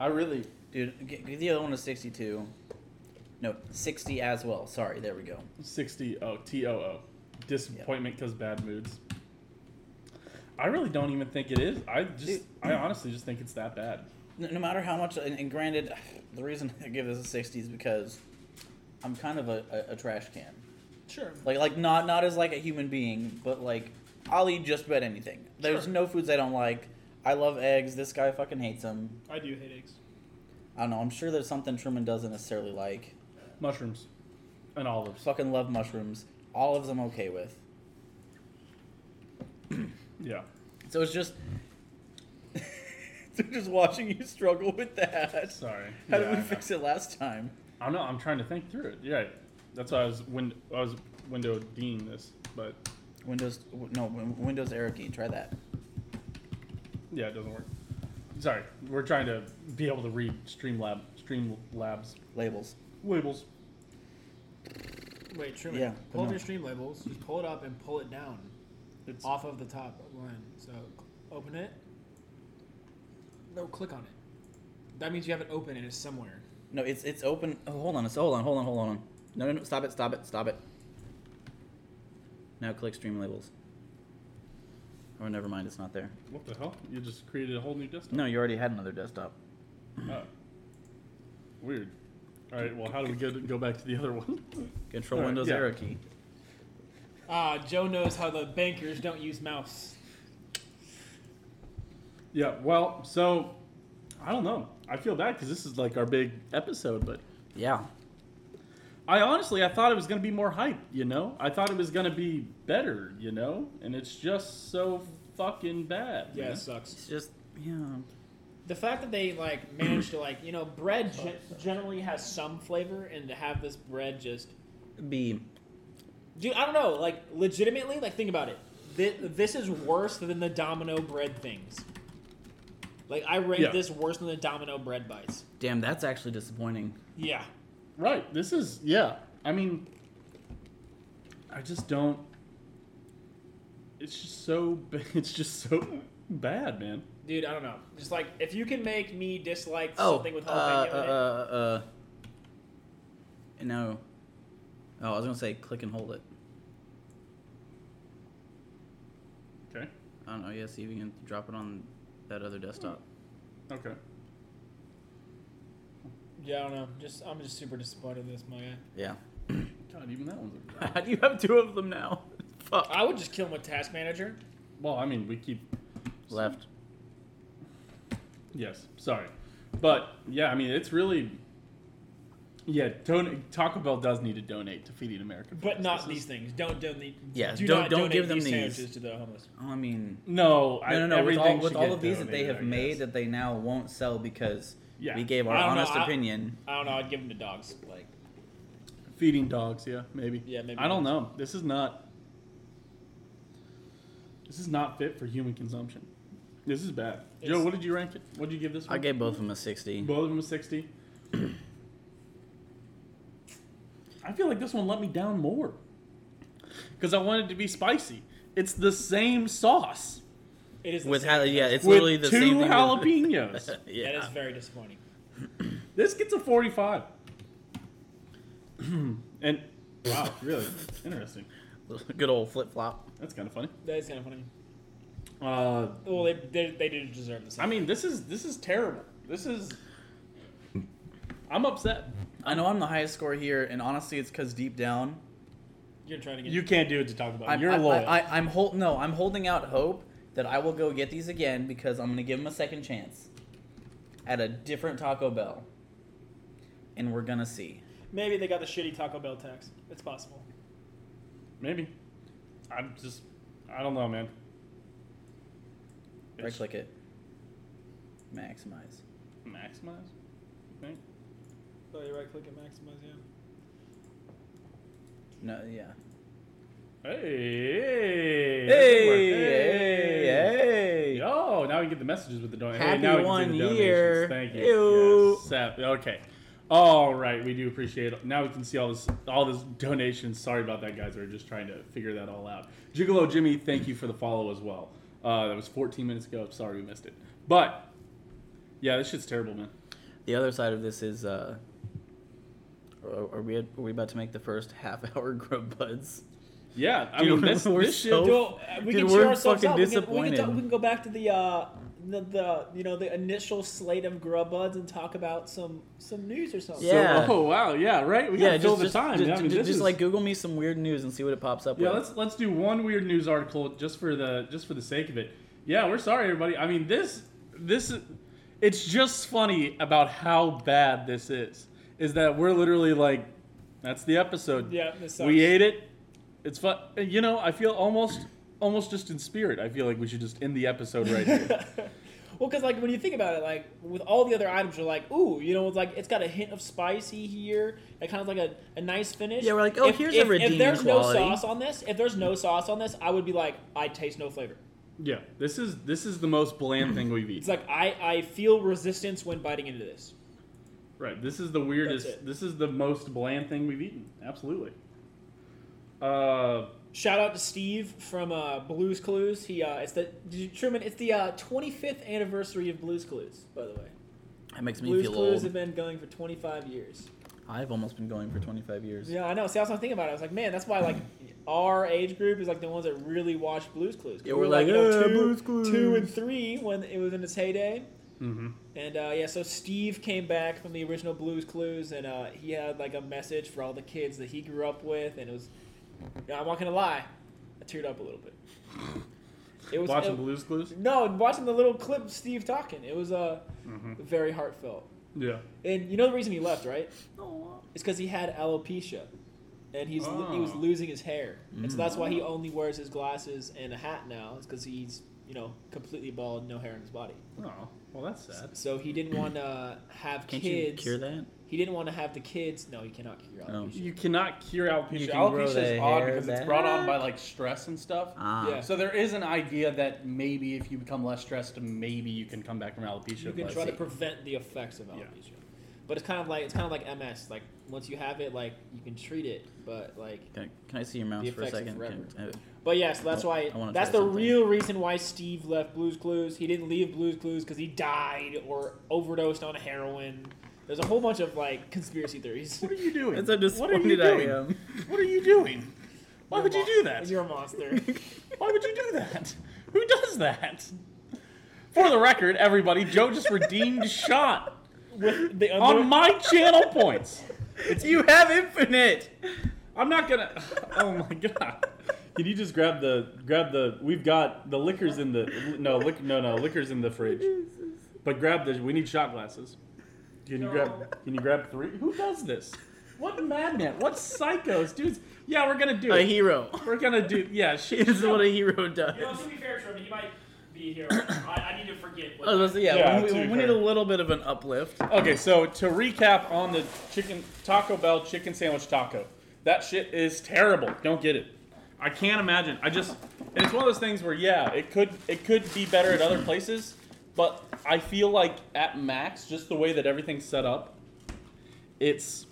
S4: I really.
S3: Dude, g- give the other one a 62. No, 60 as well. Sorry, there we go.
S1: 60 oh T O O. Disappointment because bad moods. I really don't even think it is. I just,
S3: Dude.
S1: I honestly just think it's that bad.
S3: No, no matter how much, and, and granted, the reason I give this a 60 is because I'm kind of a, a, a trash can.
S2: Sure.
S3: Like, like not not as like a human being, but like I'll eat just about anything. There's
S2: Sure.
S3: no foods I don't like. I love eggs. This guy fucking hates them.
S2: I do hate eggs.
S3: I don't know. I'm sure there's something Truman doesn't necessarily like.
S1: Mushrooms and olives.
S3: Fucking love mushrooms. Olives I'm okay with.
S1: Yeah.
S3: So it's just so just watching you struggle with that.
S1: Sorry.
S3: How
S1: Yeah,
S3: did
S1: I
S3: we
S1: know.
S3: fix it last time?
S1: I don't know. I'm trying to think through it. Yeah, that's why I was win- I was window deeing this, but
S3: Windows no Win- Windows arrow key. Try that.
S1: yeah, it doesn't work. Sorry, we're trying to be able to read Streamlab Streamlabs
S3: Labels.
S1: labels.
S2: Wait, Truman.
S3: Yeah,
S2: Pull up
S3: no.
S2: your stream labels. Just pull it up and pull it down
S1: It's
S2: off of the top line. So open it. No, click on it. That means you have it open and it's somewhere.
S3: No, it's it's open. Oh, hold on. It's hold on. Hold on. Hold on. No, no, no. Stop it. Stop it. Stop it. Now click stream labels. Oh, never mind. It's not there.
S1: what the hell? You just created a whole new desktop.
S3: No, you already had another desktop.
S1: Oh. Weird. All right. Well, how do we go go back to the other one?
S3: Control
S1: All right,
S3: Windows
S1: yeah.
S3: arrow key.
S2: Ah, Joe knows how the bankers don't use mouse.
S1: yeah. Well, so I don't know. I feel bad because this is like our big episode, but
S3: Yeah.
S1: I honestly I thought it was gonna be more hype. You know, I thought it was gonna be better. You know, and it's just so fucking bad. you
S2: Yeah,
S1: know?
S2: it sucks.
S3: It's just yeah.
S2: The fact that they like managed to like you know bread ge- generally has some flavor, and to have this bread just
S3: B.
S2: dude, I don't know, like legitimately, like think about it. This, this is worse than the Domino bread things. Like I rate
S1: Yeah.
S2: this worse than the Domino bread bites.
S3: Damn, that's actually disappointing.
S2: Yeah.
S1: Right. This is yeah. I mean, I just don't. It's just so. ba- It's just so bad, man.
S2: Dude, I don't know. Just like if you can make me dislike
S3: Oh.
S2: something with
S3: uh,
S2: jalapeno
S3: uh,
S2: in it,
S3: uh, uh, No. Oh, I was gonna say click and hold it.
S1: Okay.
S3: I don't know. Yeah, see if you can drop it on that other desktop.
S1: Okay.
S2: yeah, I don't know. Just I'm just super disappointed in this, my guy.
S3: Yeah.
S1: God, even that one's. A,
S3: How do you have two of them now? Fuck.
S2: I would just kill him with Task Manager.
S1: well, I mean, we keep.
S3: Left.
S1: Yes. Sorry, but yeah, I mean, it's really. Yeah, don- Taco Bell does need to donate to Feeding America.
S2: But not
S1: This
S2: these
S1: is-
S2: things. Don't donate.
S3: Yeah,
S2: do
S3: don't-
S2: not
S3: don't
S2: donate
S3: give them
S2: these
S3: these.
S2: sandwiches to the homeless.
S3: Oh, I mean,
S1: No, I,
S3: no, no, no. With all,
S1: everything
S3: with
S1: should
S3: all
S1: get
S3: of these that they
S1: donated,
S3: have
S1: I
S3: made
S1: guess.
S3: that they now won't sell because
S1: Yeah.
S3: we gave our
S2: I don't know,
S3: honest
S2: I-
S3: opinion.
S2: I don't know. I'd give them to dogs. Like
S1: feeding dogs. Yeah, maybe.
S2: Yeah, maybe
S1: I don't
S2: dogs.
S1: know. This is not. This is not fit for human consumption. This is bad. Joe,
S2: It's-
S1: what did you rank it? What did you give this one?
S3: I gave both of them a sixty.
S1: Both of them a 60. I feel like this one let me down more. because I wanted it to be spicy. It's the same sauce
S2: It is the
S3: With
S2: same
S3: hal-
S2: thing.
S3: yeah, it's literally
S1: with
S3: the
S1: two
S3: same thing. with-
S1: jalapenos.
S2: That is
S3: yeah.
S2: very disappointing.
S1: this gets a 45. and wow, really interesting.
S3: Good old flip flop.
S1: That's kind of funny.
S2: That is kind of funny.
S1: Uh,
S2: Well, they they, they do deserve the same.
S1: I mean, this is this is terrible. This is. I'm upset.
S3: I know I'm the highest score here, and honestly, it's because deep down,
S2: you're trying to get
S1: You can't do it to talk about.
S3: I'm,
S1: You're
S3: I,
S1: loyal.
S3: I, I, am hold no, I'm holding out hope that I will go get these again because I'm gonna give them a second chance at a different Taco Bell, and we're gonna see.
S2: Maybe they got the shitty Taco Bell tax. It's possible.
S1: Maybe. I'm just. I don't know, man.
S3: Right click it. Maximize.
S1: Maximize. I think.
S2: So you right click and maximize, yeah.
S3: No, yeah.
S1: Hey. Hey.
S3: Hey,
S1: that's good work.
S3: hey, hey.
S1: Oh, now we can get the messages with the donation.
S3: Happy
S1: hey, now we
S3: one
S1: can do the
S3: year.
S1: donations. Thank you.
S3: Ew.
S1: Yes. Sap- Okay. All right, we do appreciate it. Now we can see all this all this donations. Sorry about that, guys. We are just trying to figure that all out. Gigolo Jimmy, thank you for the follow as well. Uh, that was 14 minutes ago. I'm sorry we missed it. But yeah, this shit's terrible, man.
S3: The other side of this is, uh, are, are we are we about to make the first half hour grub buds?
S1: Yeah, I
S3: Dude,
S1: mean this,
S3: we're
S1: this shit.
S3: so-
S2: Well, uh, we
S3: Dude,
S2: can cheer
S3: we're
S2: ourselves
S3: fucking
S2: up. We can, we, can
S3: disappointed.
S2: talk, we can go back to the, uh, the the you know the initial slate of grub buds and talk about some some news or something.
S1: So,
S3: Yeah.
S1: oh wow, yeah, right. We gotta fill the time.
S3: Just,
S1: I mean,
S3: just-
S1: this
S3: just,
S1: is-
S3: like Google me some weird news and see what it pops up
S1: Yeah,
S3: with.
S1: let's let's do one weird news article just for the just for the sake of it. Yeah, we're sorry everybody. I mean this this is- it's just funny about how bad this is. Is that we're literally like that's the episode.
S2: Yeah, this sucks.
S1: We ate it. It's fun. You know, I feel almost almost just in spirit. I feel like we should just end the episode right here.
S2: well, because like when you think about it, like with all the other items, you're like, ooh, you know, it's like it's got a hint of spicy here, and kind of like a, a nice finish.
S3: Yeah, we're like, oh,
S2: if,
S3: here's a
S2: if, If
S3: redeeming
S2: there's
S3: quality.
S2: no sauce on this, if there's no sauce on this, I would be like, I taste no flavor.
S1: yeah, this is this is the most bland thing we've
S2: It's
S1: eaten.
S2: like I I feel resistance when biting into this.
S1: Right. This is the
S2: That's
S1: weirdest.
S2: it.
S1: This is the most bland thing we've eaten. Absolutely. Uh
S2: Shout out to Steve from uh, Blues Clues. He uh, it's the did you- Truman. It's the uh, 25th anniversary of Blues Clues, by the way.
S3: that makes me
S2: Blues
S3: feel
S2: Clues
S3: old.
S2: have been going for 25 years.
S3: I've almost been going for 25 years.
S2: Yeah, I know. See, I was not thinking about it. I was like, man, that's why like our age group is like the ones that really watch Blues Clues. 'Cause
S3: Yeah,
S2: we
S3: we're
S2: were,
S3: like,
S2: you know,
S3: "Yeah,
S2: two,
S3: Blues Clues." Mm-hmm.
S2: two and three when it was in its heyday.
S1: mhm.
S2: And uh, yeah, so Steve came back from the original Blues Clues, and uh, he had like a message for all the kids that he grew up with, and it was. I'm not gonna lie, I teared up a little bit. It was
S1: Watching
S2: it-
S1: Blues Clues.
S2: No, watching the little clip of Steve talking, it was uh, very heartfelt.
S1: Yeah.
S2: And you know the reason he left, right? It's because he had alopecia, and he's lo- he was
S1: Oh. Mm.
S2: losing his hair, and so that's why he only wears his glasses and a hat now. It's because he's you know completely bald, no hair in his body.
S1: Oh, well, that's sad.
S2: So he didn't want to have
S3: Can't
S2: kids.
S3: you cure that?
S2: He didn't want to have the kids. No, you cannot cure
S3: Oh.
S2: alopecia.
S1: You cannot cure
S4: Alopecia,
S1: alopecia.
S3: can grow
S4: alopecia
S3: the
S4: is odd
S3: hair
S4: because it's
S3: back.
S4: brought on by like stress and stuff.
S3: Ah.
S2: Yeah.
S4: So there is an idea that maybe if you become less stressed, maybe you can come back from alopecia.
S2: You can
S4: but-
S2: try to prevent the effects of
S4: Yeah.
S2: alopecia. But it's kind of like it's kind of like MS. Like once you have it, like you can treat it, but like
S3: Can I, can I see your mouse
S2: The
S3: for a
S2: effects of
S3: second? Can-
S2: forever.
S3: uh,
S2: But yes, that's
S3: I-
S2: why
S3: I wanna
S2: that's
S3: try
S2: the
S3: something.
S2: real reason why Steve left Blues Clues. He didn't leave Blues Clues because he died or overdosed on heroin. There's a whole bunch of like conspiracy theories.
S4: What are you doing?
S3: That's how
S4: what are you
S3: disappointed I
S4: doing?
S3: am.
S4: What are you doing? Why
S2: You're a
S4: would you
S2: mon-
S4: do that?
S2: You're a monster.
S4: Why would you do that?
S1: Who does that? For the record, everybody, Joe just redeemed a shot
S2: With the under-
S1: on my channel points.
S3: you have infinite.
S1: I'm not gonna. Oh my god. Can you just grab the grab the? We've got the liquors in the no liquor no no liquors in the fridge. But grab the. We need shot glasses. Can you grab? Can you grab three? Who does this? What madman? What psychos, dudes? Yeah, we're gonna do
S3: A
S1: it.
S3: hero.
S1: We're gonna do. Yeah, shit.
S3: this is what a hero does.
S2: be fair, Trevor, you might be a hero. I, I need to forget.
S3: I was gonna say, yeah,
S1: Yeah,
S3: we,
S1: to
S3: we,
S1: be
S3: we
S1: fair.
S3: need a little bit of an uplift.
S1: Okay, so to recap on the chicken Taco Bell chicken sandwich taco, that shit is terrible. Don't get it. I can't imagine. I just, and it's one of those things where yeah, it could it could be better at other places, but I feel like at max, just the way that everything's set up, it's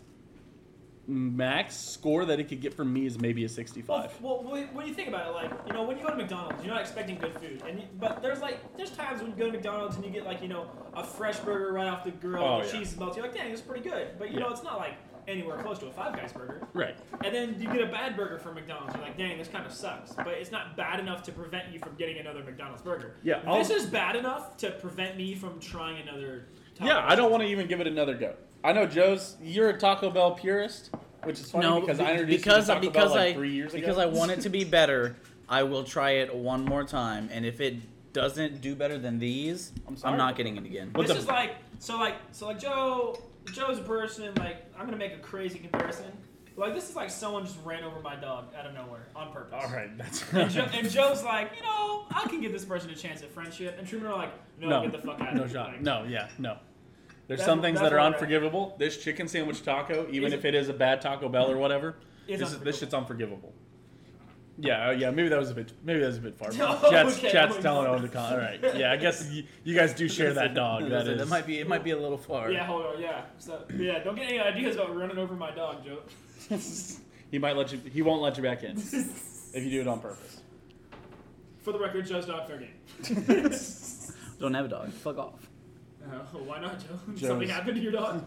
S1: max score that it could get from me is maybe a 65.
S5: Well, well, when you think about it, like you know, when you go to McDonald's, you're not expecting good food, and you, but there's like there's times when you go to McDonald's and you get like you know a fresh burger right off the grill,
S1: Oh,
S5: the
S1: yeah.
S5: cheese is melting, you're like dang, it's pretty good, but you know
S1: Yeah.
S5: it's not like anywhere close to a Five Guys burger.
S1: Right.
S5: And then you get a bad burger from McDonald's, you're like dang, this kind of sucks, but it's not bad enough to prevent you from getting another McDonald's burger.
S1: Yeah, I'll-
S5: this is bad enough to prevent me from trying another.
S1: Yeah, I don't want to
S5: to.
S1: even give it another go. I know Joe's. You're a Taco Bell purist, which is funny
S3: no,
S1: because
S3: be-
S1: I introduced
S3: because
S1: you to Taco
S3: because
S1: Bell like
S3: I
S1: three years ago.
S3: because I want it to be better. I will try it one more time, and if it doesn't do better than these, I'm,
S1: sorry.
S3: not getting it again.
S1: What
S5: this
S1: the-
S5: is like so like so like Joe Joe's a person like I'm gonna make a crazy comparison. Like this is like someone just ran over my dog out of nowhere on purpose.
S1: All right, that's
S5: And, Joe, and Joe's like, you know, I can give this person a chance at friendship. And Truman are like, no,
S1: No,
S5: get the fuck out
S1: no
S5: of here. Like,
S1: shot. No, yeah, no. There's
S5: That's-
S1: some things
S5: that's
S1: that are
S5: all right.
S1: unforgivable. This chicken sandwich taco, even
S5: Is
S1: if it is a bad Taco Bell or whatever,
S5: It's
S1: this, is- this shit's unforgivable. Yeah, oh, yeah. Maybe that was a bit. Maybe that was a bit far.
S5: Okay, oh
S1: Chat's, chat's
S5: wait.
S1: telling on the con. All right. Yeah, I guess you, you guys do share that dog. That is.
S3: That might be it. Might be a little far.
S5: Yeah, hold on. Yeah. So, yeah, don't get any ideas about running over my dog, Joe.
S1: he might let you. He won't let you back in if you do it on purpose.
S5: For the record, Joe's not fair game.
S3: Don't have a dog. Fuck off.
S5: Uh, why not, Joe?
S1: Joe's-
S5: Something happened to your dog?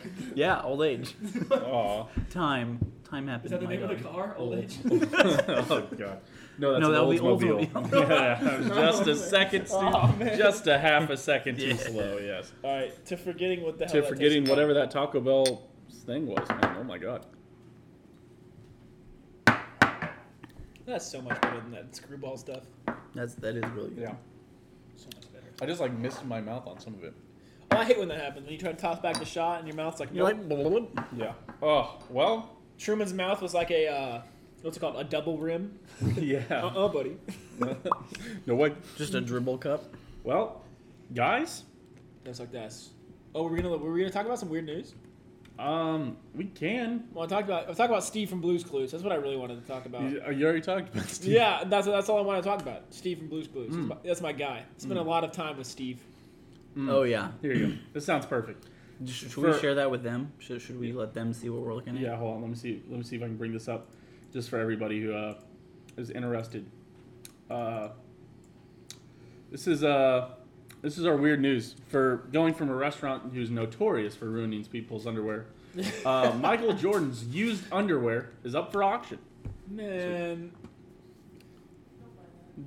S1: Oh,
S3: Yeah, old age.
S1: Aw.
S3: Time. Time happens.
S5: Is that the
S3: my
S5: name of the
S3: dog.
S5: car? Old age?
S1: oh god. No, that's an
S3: No, that would be
S1: Oldsmobile.
S3: Oldsmobile. Oh,
S1: yeah, just a second, too, just a half a second too
S3: Yeah.
S1: slow. Yes.
S2: All right, to forgetting what the hell.
S1: To
S2: that
S1: forgetting
S2: tastes
S1: whatever that Taco Bell thing was, man. Oh my god.
S2: like. That's so much better than that screwball stuff.
S3: That's that is really good.
S1: Yeah.
S2: So much better.
S1: I just like missed my mouth on some of it.
S2: Oh, I hate when that happens. When you try to toss back the shot and your mouth's like.
S3: You're
S2: nope.
S3: like blah, blah, blah.
S1: Yeah. Oh well.
S2: Truman's mouth was like a. Uh, what's it called? A double rim. Uh
S1: Yeah.
S2: uh buddy.
S1: no what?
S3: just a dribble cup.
S1: Well, guys.
S2: That's like this. Oh, we're gonna we're gonna talk about some weird news.
S1: Um, we can.
S2: Well, I talked about I talked about Steve from Blue's Clues. That's what I really wanted to talk about.
S1: You, uh, you already talked about Steve.
S2: Yeah, that's that's all I want to talk about. Steve from Blue's Clues.
S1: Hmm.
S2: That's my- That's my guy. Spent a lot of time with Steve.
S3: Oh yeah.
S1: Here you go. This sounds perfect.
S3: Should,
S1: For-
S3: we share that with them? Should, should we let them see what we're looking at?
S1: Yeah, hold on. Let me see. Let me see if I can bring this up, just for everybody who uh, is interested. Uh, this is uh, this is our weird news for going from a restaurant who's notorious for ruining people's underwear. Uh, Michael Jordan's used underwear is up for auction.
S2: Man,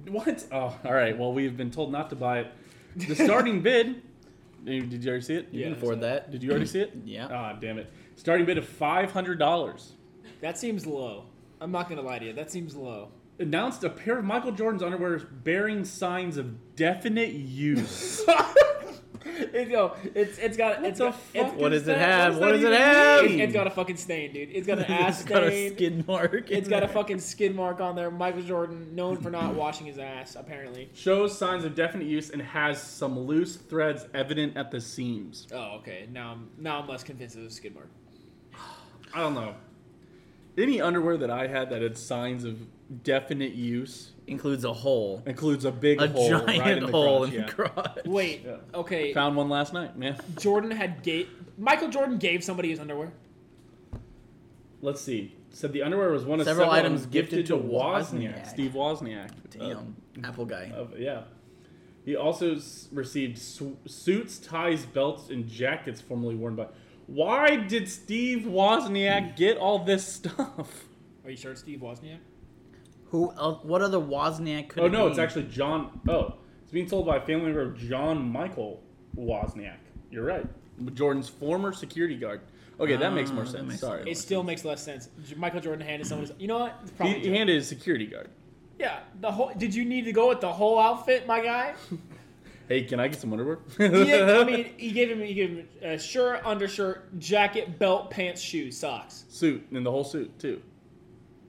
S1: What? Oh, all right. Well, we've been told not to buy it. The starting bid. Did you already see it?
S3: You
S2: Yeah,
S3: can afford
S2: so-
S3: that.
S1: Did you already see it?
S3: Yeah.
S1: Ah, damn it. Starting bid of five hundred dollars.
S2: that seems low. I'm not gonna lie to you. That seems low.
S1: announced a pair of Michael Jordan's underwear bearing signs of definite use.
S2: It, no, it's it's got it's
S1: the
S2: got, it's-
S1: fuck
S3: what does it
S1: that-
S3: have?
S1: what
S3: What
S1: does
S3: does
S1: that
S3: it
S1: even
S3: have?
S1: mean?
S2: it's got a fucking stain, dude. It's got an ass
S3: It's got a
S2: stain.
S3: skin mark. in
S2: It's got a
S3: there.
S2: fucking skid mark on there. Michael Jordan, known for not washing his ass, apparently.
S1: Shows signs of definite use and has some loose threads evident at the seams.
S2: Oh, okay. Now I'm now I'm less convinced it was a skid mark.
S1: I don't know. Any underwear that I had that had signs of definite use
S3: includes a hole,
S1: includes a big
S3: a
S1: hole
S3: giant
S1: right in the
S3: hole
S1: crotch,
S3: in
S1: yeah.
S3: the crotch.
S2: Wait.
S1: Yeah.
S2: Okay.
S1: Found one last night, man.
S2: Jordan had gate. Michael Jordan gave somebody his underwear.
S1: Let's see. Said the underwear was one of
S3: Several
S1: several,
S3: items
S1: gifted,
S3: gifted
S1: to
S3: to
S1: Wozniak,
S3: Wozniak.
S1: Steve Wozniak. Uh,
S3: Damn, Apple guy.
S1: Of, yeah. He also s- received su- suits, ties, belts, and jackets formerly worn by. Why did Steve Wozniak get all this stuff?
S2: Are you sure it's Steve Wozniak?
S3: Who? el what other Wozniak could?
S1: oh
S3: it
S1: no,
S3: be?
S1: it's actually John. Oh, it's being told by a family member of John Michael Wozniak. You're right. Jordan's former security guard. Okay, that makes more
S3: Ah, that
S1: sense.
S3: makes
S1: Sorry.
S2: It still makes less sense. J- Michael Jordan handed someone his. You know what? It's
S1: He,
S2: probably.
S1: he
S2: Jordan.
S1: handed his security guard.
S2: yeah. The whole. Did you need to go with the whole outfit, my guy?
S1: Hey, can I get some underwear?
S2: He, I mean, he gave him. He gave him a shirt, undershirt, jacket, belt, pants, shoes, socks.
S1: suit and the whole suit too.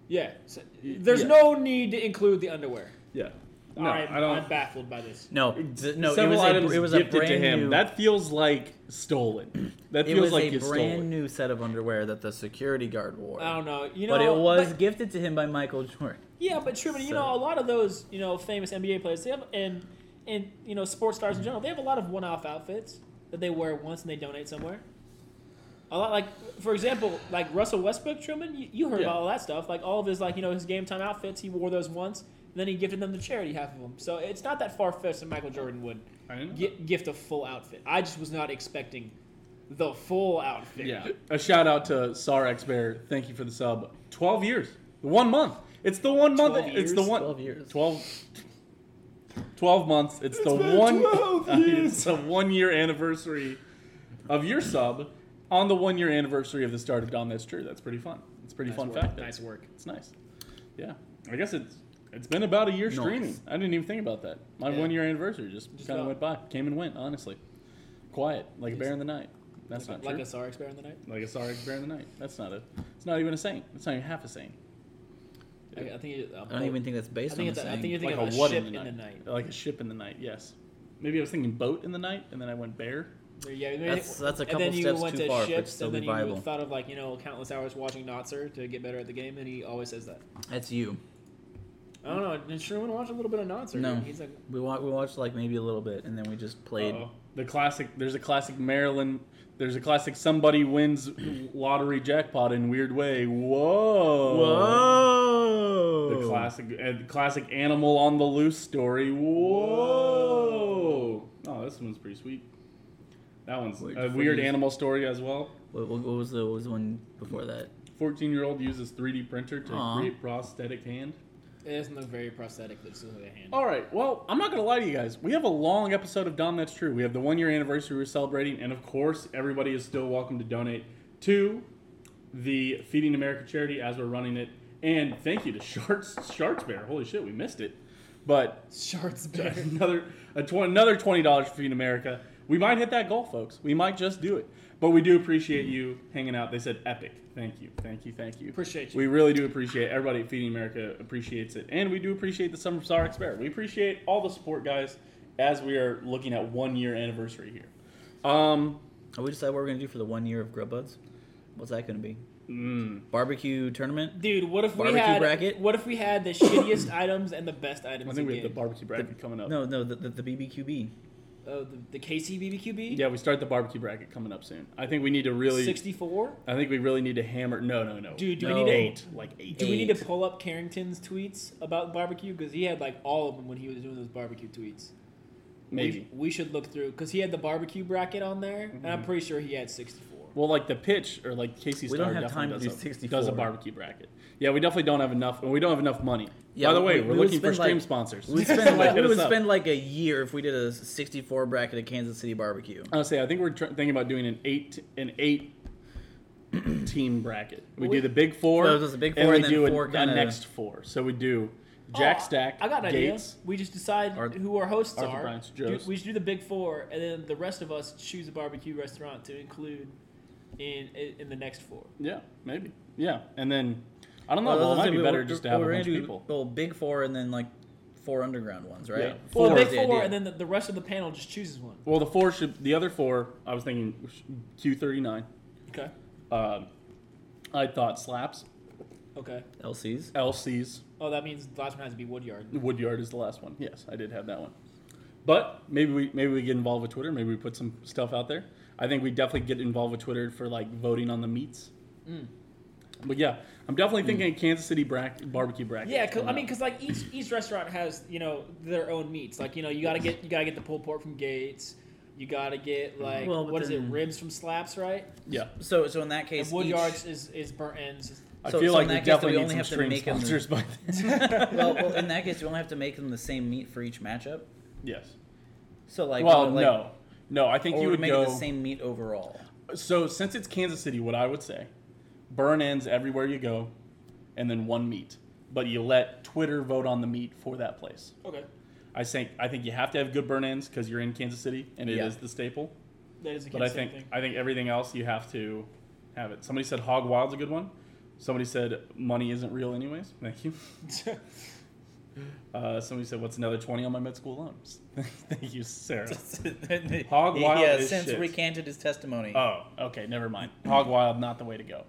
S2: Yeah. So, there's
S1: yeah.
S2: no need to include the underwear.
S1: Yeah. No,
S2: I'm,
S1: I don't.
S2: I'm baffled by this.
S3: no, d- no. It
S1: Several
S3: was
S1: items
S3: a, it was a
S1: gifted
S3: brand
S1: to him.
S3: new.
S1: That feels like stolen. That
S3: it
S1: feels
S3: was
S1: like
S3: a
S1: you stole
S3: brand
S1: it.
S3: new set of underwear that the security guard wore.
S2: I don't know. You know.
S3: but it was
S2: but-
S3: gifted to him by Michael Jordan.
S2: Yeah, but Truman, you
S3: So-
S2: know, a lot of those, you know, famous NBA players, they have, and and you know, sports stars in general, they have a lot of one-off outfits that they wear once and they donate somewhere.
S5: A lot like, for example, like Russell Westbrook, Truman. You, you heard
S1: Yeah.
S5: about all that stuff. Like all of his, like you know, his game time outfits. He wore those once, and then he gifted them to charity half of them. So it's not that far fetched that Michael Jordan would
S1: I didn't know
S5: gi- gift a full outfit. I just was not expecting the full outfit.
S3: Yeah.
S1: A shout out to Sarx Bear. Thank you for the sub. Twelve years. One month. It's the one month.
S5: 12
S1: It's the
S5: years?
S1: one.
S3: 12 years.
S1: 12, 12 months. It's, the one. it's the one year anniversary of your sub on the one year anniversary of the start of Dom. That's true. That's pretty fun. It's a pretty
S2: Nice
S1: fun
S2: work.
S1: fact.
S2: Nice work.
S1: It's nice. Yeah. I guess it's it's been about a year
S3: Nice.
S1: streaming. I didn't even think about that. My
S2: Yeah.
S1: one year anniversary just,
S2: Just
S1: kind of
S2: about.
S1: went by. Came and went. Honestly, quiet like a bear in the night. That's
S2: like,
S1: not true.
S2: a Sarx bear in the night.
S1: Like a sorry bear in the night. That's not a. It's not even a saint. It's not even half a saint.
S2: I, I think. It,
S3: I don't even think that's
S2: Oh. I
S3: based
S2: think,
S3: on
S2: it's,
S3: the
S2: I
S3: saying.
S2: think you're thinking
S1: like
S2: of
S1: a
S2: a,
S1: what
S2: ship
S1: in the, night.
S2: night.
S1: Like a ship in the night. Yes. Maybe I was thinking boat in the night, and then I went bear.
S2: There- Yeah, maybe-
S3: That's- that's a
S2: and then
S3: couple
S2: you
S3: steps
S2: went
S3: too
S2: to
S3: far, but
S2: ships,
S3: still
S2: and
S3: be
S2: then you
S3: viable.
S2: thought of like you know countless hours watching Notzer to get better at the game, and he always says that.
S3: That's you.
S2: I don't know. Did Sherman watch a little bit of Notzer?
S3: No.
S2: he's like
S3: We wa- we watched like maybe a little bit, and then we just played.
S1: Uh-oh. The classic. There's a classic Maryland. There's a classic. Somebody wins lottery jackpot in weird way. Whoa.
S3: Whoa!
S1: The classic. Uh, classic animal on the loose story. Whoa. Oh, this one's pretty sweet. That one's
S3: Like
S1: a weird
S3: freeze.
S1: animal story as well.
S3: What, what, what was the what was the one before that?
S1: 14 year old uses 3D printer to
S3: Aw.
S1: create prosthetic hand.
S2: it doesn't look very prosthetic. It just looks like a hand.
S1: All right, well, I'm not going to lie to you guys. We have a long episode of Dom That's True. We have the one year anniversary we're celebrating, and of course, everybody is still welcome to donate to the Feeding America charity as we're running it. And thank you to Sharks, Sharks Bear. Holy shit, we missed it. But
S2: Sharks bear.
S1: another a tw- another twenty dollars for Feed America. We might hit that goal, folks. We might just do it. But we do appreciate you hanging out. They said epic. Thank you, thank you, thank you.
S2: Appreciate you.
S1: We really do appreciate it. everybody at Feeding America appreciates it, and we do appreciate the Summer Star Expert. We appreciate all the support, guys, as we are looking at one year anniversary here. Um,
S3: Oh, we decided what we're gonna do for the one year of Grubbuds. What's that gonna be?
S2: Hmm.
S1: mm,
S3: Barbecue tournament.
S5: Dude, what if we
S3: Barbecue
S5: had
S3: bracket?
S5: what if we had the shittiest items and the best items?
S1: I think we have
S5: again?
S1: the barbecue bracket coming up.
S3: No, no, the the, the BBQB.
S5: Oh, the, the KC BBQB.
S1: Yeah, we start the barbecue bracket coming up soon. I think we need to really.
S5: Sixty-four.
S1: I think we really need to hammer. No, no, no.
S5: Dude, do we
S1: No.
S5: need to-
S1: eight? Like eight.
S5: Do we need
S3: Eight.
S5: to pull up Carrington's tweets about barbecue? Because he had like all of them when he was doing those barbecue tweets.
S1: Maybe.
S5: We, we should look through because he had the barbecue bracket on there, and I'm pretty sure he had 64.
S1: Well, like the pitch or like Casey
S3: We
S1: Star
S3: don't have
S1: definitely
S3: time to
S1: does,
S3: do
S1: a,
S3: 64.
S1: does a barbecue bracket. Yeah, we definitely don't have enough, and we don't have enough money.
S3: Yeah,
S1: By the
S3: we-
S1: way,
S3: we
S1: we, are
S3: would
S1: looking for
S3: spend,
S1: stream
S3: like-
S1: sponsors.
S3: We'd spend like,
S1: Hit
S3: we would
S1: us up.
S3: spend like a year if we did a 64 bracket of Kansas City barbecue.
S1: Honestly, I think we're tr- thinking about doing an eight an eight team bracket. We do the big four.
S3: So there's the big four
S1: we
S3: and then
S1: do a-
S3: four
S1: a,
S3: kinda-
S1: next four. So we do Jack
S5: Oh,
S1: Stack.
S5: I got an
S1: Gates.
S5: idea. We just decide
S3: Arth-
S5: who our hosts
S1: Arthur
S5: are.
S1: Bryant's
S5: Do-
S1: Joe's.
S5: we should do the big four, and then the rest of us choose a barbecue restaurant to include in in, in the next four.
S1: Yeah, maybe. Yeah, and then I don't know. Well, it might be better just to have a bunch of people.
S3: Well, big four and then like four underground ones, right?
S1: Yeah.
S3: Four
S5: well, big
S3: is the
S5: four,
S3: idea.
S5: and then the, the rest of the panel just chooses one.
S1: Well, the four should. The other four, I was thinking Q thirty nine.
S5: Okay.
S1: Um, I thought slaps,
S5: Okay.
S3: LCs.
S1: LCs,
S5: Oh, that means the last one has to be Woodyard.
S1: Woodyard is the last one. Yes, I did have that one. But maybe we maybe we get involved with Twitter. Maybe we put some stuff out there. I think we definitely get involved with Twitter for like voting on the meats.
S3: Mm.
S1: But yeah, I'm definitely thinking Kansas City brack, barbecue bracket.
S5: Yeah, 'cause- I mean, because like each each restaurant has you know their own meats. Like you know you gotta get you gotta get the pulled pork from Gates. You gotta get like
S3: Well,
S5: what
S3: but
S5: is
S3: then-
S5: it ribs from Slaps right?
S1: yeah,
S3: So so in that case,
S5: And Woodyard's
S3: each-
S5: is is burnt ends.
S1: I
S3: So-
S1: feel
S3: so
S1: like
S3: in
S1: we
S3: that case, then
S1: definitely
S3: we
S1: need
S3: only
S1: some
S3: have to
S1: stream
S3: make 'em-
S1: sponsors by then.
S3: well, well, in that case, you only have to make them the same meat for each matchup.
S1: yes.
S3: So like,
S1: well,
S3: like,
S1: no, no. I think
S3: or
S1: you would
S3: make
S1: go
S3: it the same meat overall.
S1: So since it's Kansas City, what I would say, burn ends everywhere you go, and then one meat. But you let Twitter vote on the meat for that place.
S5: Okay,
S1: I think I think you have to have good burn ends because you're in Kansas City and it is
S3: Yeah.
S1: the staple.
S5: that is a
S1: But I think
S5: thing.
S1: I think everything else you have to have it. Somebody said Hog Wild's a good one. Somebody said money isn't real anyways. Thank you. Uh, somebody said what's another twenty on my med school loans? Thank you, Sarah. Hog wild
S3: yeah,
S1: is
S3: since
S1: shit.
S3: recanted his testimony.
S1: Oh, okay, never mind. Hog Wild, not the way to go.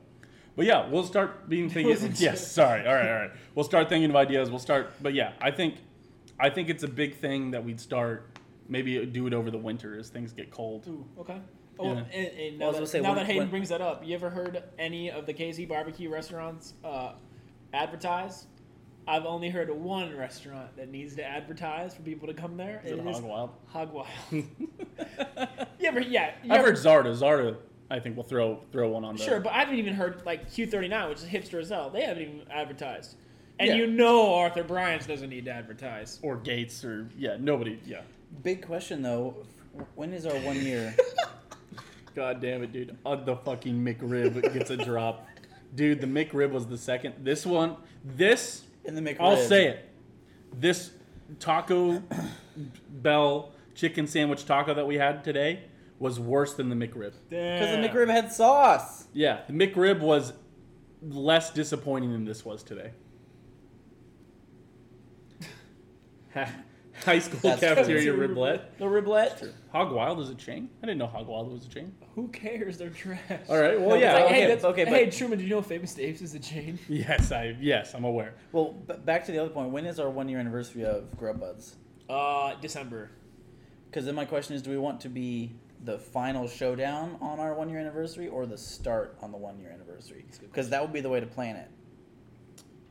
S1: But yeah, we'll start being thinking.
S5: wasn't
S1: yes, sorry. All right, all right. We'll start thinking of ideas. We'll start. But yeah, I think, I think it's a big thing that we'd start. Maybe do it over the winter as things get cold.
S5: Ooh, okay.
S1: Yeah.
S2: Oh, and, and
S3: I
S2: now,
S3: was gonna
S2: that,
S3: say,
S2: now
S3: when-
S2: that Hayden
S3: when-
S2: brings that up, you ever heard any of the KZ barbecue restaurants uh, advertise? I've only heard one restaurant that needs to advertise for people to come there.
S1: Is it
S2: is
S1: Hog Wild?
S2: Hog Wild. you ever, yeah. you
S1: I've
S2: ever-
S1: heard Zarda. Zarda, I think, will throw throw one on there.
S2: Sure, but I haven't even heard like Q39, which is hipster as hell. They haven't even advertised. And
S1: Yeah.
S2: you know Arthur Bryant doesn't need to advertise.
S1: Or Gates, or yeah, nobody. Yeah.
S3: Big question though. When is our one year?
S1: God damn it, dude. Uh, the fucking McRib gets a drop. Dude, the McRib was the second. This one, this,
S3: In the McRib.
S1: I'll say it. This Taco Bell chicken sandwich taco that we had today was worse than the McRib.
S3: Because the
S2: Damn.
S3: McRib had sauce.
S1: Yeah, the McRib was less disappointing than this was today. Ha- High school
S3: That's true.
S1: cafeteria riblet.
S3: The riblet.
S1: Hog Wild is a chain? I didn't know Hog Wild was a chain.
S2: Who cares? They're trash.
S1: All right, well,
S3: No,
S1: yeah.
S2: It's like,
S3: okay,
S2: hey, that's,
S3: okay, but-
S2: hey, Truman, do you know Famous Dave's is a chain?
S1: Yes, I yes, I'm aware.
S3: Well, b- back to the other point. When is our one year anniversary of Grub Buds?
S2: Uh, December.
S3: Because then my question is, do we want to be the final showdown on our one year anniversary or the start on the one year anniversary? Because that would be the way to plan it.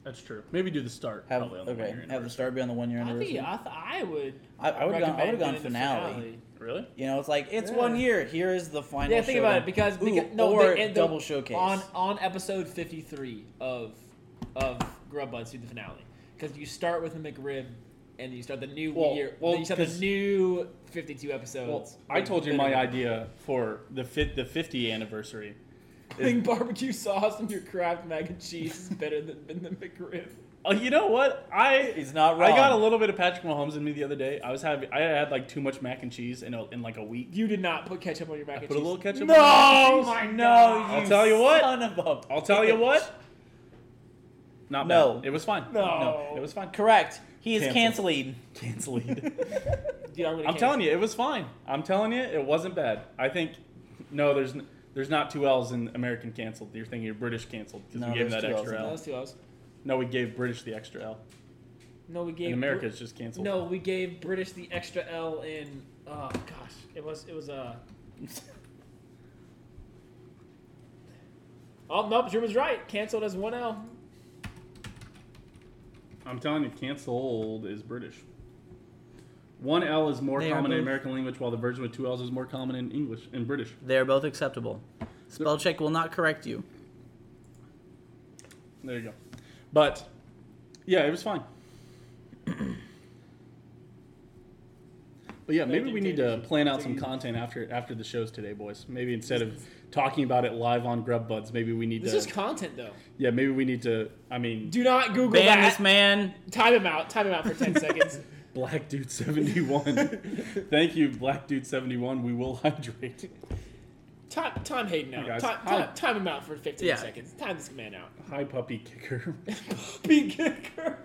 S1: That's true. Maybe do the start.
S3: Have
S1: probably on the
S3: okay,
S1: one-year
S3: have the start be on the one year
S2: I think
S3: anniversary.
S2: I, th- I would.
S3: I, I would gone, I would have
S2: recommend
S3: gone
S2: doing the
S3: finale.
S1: anniversary. Really?
S3: You know, it's like it's
S2: Yeah.
S3: one year. Here is the final.
S2: Yeah, think about it
S3: showdown.
S2: because, because
S3: Ooh,
S2: no,
S3: or
S2: the, and the-
S3: double showcase.
S2: on on episode fifty three of of Grub Buds do the finale because you start with a McRib and you start the new
S1: Well,
S2: year.
S1: well,
S2: you start the
S1: 'cause-
S2: new fifty two episodes.
S1: Well, I
S2: with
S1: told you
S2: the
S1: my idea for the fit the 50 anniversary.
S2: Putting barbecue sauce in your Kraft mac and cheese is better than, than the McRib.
S1: Oh, you know what? I
S3: He's not
S1: I got a
S3: wrong.
S1: little bit of Patrick Mahomes in me the other day. I was having I had like too much mac and cheese in a, in like a week.
S2: You did not put ketchup on your mac
S1: I
S2: and
S1: put a
S2: cheese.
S1: little ketchup.
S3: no,
S1: on my mac
S3: my
S1: and cheese.
S3: no.
S1: I'll tell you what.
S3: Son of a.
S1: I'll tell you what. Not
S3: No.
S1: bad. It was fine.
S2: No.
S1: it was fine.
S3: Correct. He is
S1: Cancel.
S3: canceling.
S1: Canceled.
S2: Dude, I'm,
S1: I'm telling you, it was fine. I'm telling you, it wasn't bad. I think no, there's n- there's not two L's in American canceled. You're thinking of British canceled because
S3: No,
S1: we gave
S3: there's
S1: them that
S3: two Ls
S1: extra
S3: in
S1: L.
S2: No, that's two hours.
S1: No, we gave British the extra L.
S2: No, we gave
S1: And America
S2: Br-
S1: is just canceled.
S2: No, we gave British the extra L in. Oh gosh, it was it was uh. Oh nope, Truman's right. Cancelled as one L.
S1: I'm telling you, canceled is British. One L is more
S3: They are
S1: common in
S3: both-
S1: American language, while the version with two L's is more common in English and British.
S3: They are both acceptable. Spell check will not correct you.
S1: There you go. But yeah, it was fine. but yeah, maybe we need to plan out some content after after the shows today, boys. Maybe instead of talking about it live on GrubBuds, maybe we need
S2: This
S1: to.
S2: is content though.
S1: yeah, maybe we need to. I mean,
S2: Do not Google
S3: Ban
S2: that.
S3: this man.
S2: Time him out. Time him out for ten seconds.
S1: Black Dude seventy one. Thank you, Black Dude seventy one. We will hydrate.
S2: Time, time Hayden out.
S1: Hey, guys.
S2: time,
S1: Hi.
S2: time, time him out for fifteen
S3: Yeah.
S2: seconds. Time this man out.
S1: Hi, puppy kicker.
S2: Be kicker.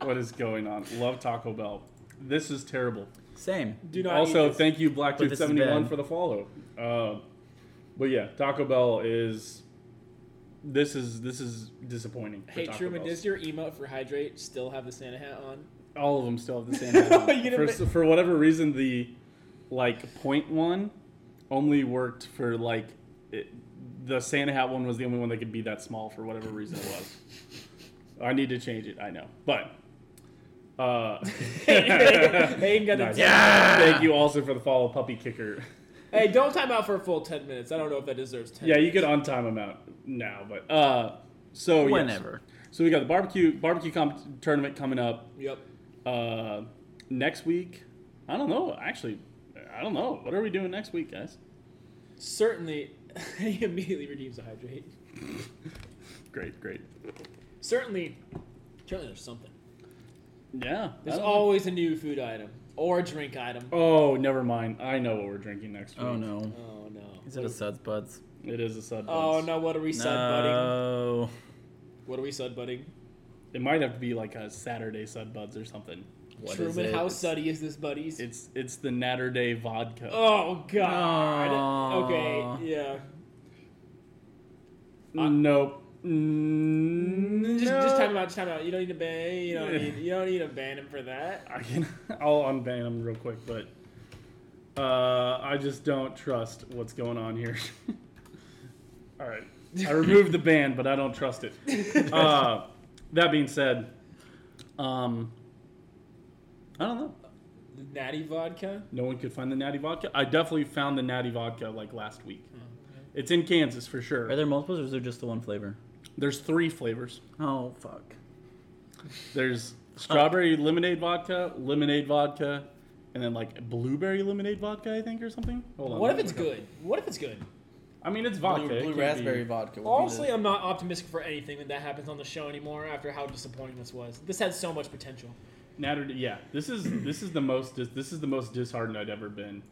S1: what is going on? Love Taco Bell. This is terrible.
S3: Same.
S2: Do not. eat
S1: also,
S2: this.
S1: thank you,
S3: But this is
S1: Blackdude71,
S3: bad.
S1: for the follow. Uh, but yeah, Taco Bell is. This is this is disappointing. for
S2: Hey
S1: Taco
S2: Truman,
S1: Bells.
S2: does your emote for hydrate still have the Santa hat on?
S1: all of them still have the same. hat.
S2: You
S1: for,
S2: didn't
S1: s- for whatever reason, the like point one only worked for like it, the Santa hat one was the only one that could be that small for whatever reason it was. I need to change it. I know, but. Uh,
S2: Hayden got the
S1: Nice.
S2: ten-
S1: Thank you also for the follow, puppy kicker.
S2: Hey, don't time out for a full ten minutes. I don't know if that deserves ten.
S1: Yeah, you
S2: minutes.
S1: could on time them out now, but uh, so yes.
S3: Whenever.
S1: So we got the barbecue barbecue comp- tournament coming up
S2: Yep.
S1: uh, next week. I don't know. Actually, I don't know. What are we doing next week, guys?
S2: Certainly, he immediately redeems the hydrate.
S1: Great, great.
S2: Certainly, certainly there's something.
S1: Yeah.
S2: There's
S1: I don't
S2: always a new food item or drink item.
S1: know. Oh, never mind. I know what we're drinking next week.
S3: Oh no.
S2: Oh no.
S3: Is it a suds buds?
S1: It is a sud.
S2: Oh
S1: Buzz.
S2: no! What are we sud budding?
S3: No.
S2: What are we sud budding?
S1: It might have to be like a Saturday sud buds or something.
S3: What is
S2: Truman,
S3: it?
S2: how suddy is this, buddies?
S1: It's it's the Natter Day vodka.
S2: oh God.
S3: Aw.
S2: Okay. Yeah.
S1: nope. Mm,
S2: Just,
S1: no.
S2: just time him out. Just time him out. You don't need to ban. You don't need. You don't need to ban him for that.
S1: I can. I'll unban him real quick, but Uh, I just don't trust what's going on here. All right. I removed the ban, but I don't trust it. Uh, that being said, um, I don't know.
S2: The natty vodka.
S1: No one could find the natty vodka. I definitely found the natty vodka like last week. It's in Kansas for
S3: Mm-hmm. Are
S1: sure.
S3: there multiples or is there just the one flavor?
S1: There's three flavors.
S3: Oh fuck.
S1: There's
S2: Oh.
S1: strawberry lemonade vodka, lemonade vodka, and then like blueberry lemonade vodka, I think, or something. Hold on.
S2: What if
S1: let me
S2: it's
S1: look up.
S2: good? What if it's good?
S1: I mean, it's vodka. It
S4: Blue,
S1: can't
S4: blue
S1: be-
S4: raspberry vodka. would be
S2: Honestly,
S4: the-
S2: I'm not optimistic for anything when that happens on the show anymore. After how disappointing this was, this had so much potential.
S1: Natter, yeah, this is this is the most dis- this is the most disheartened I'd ever been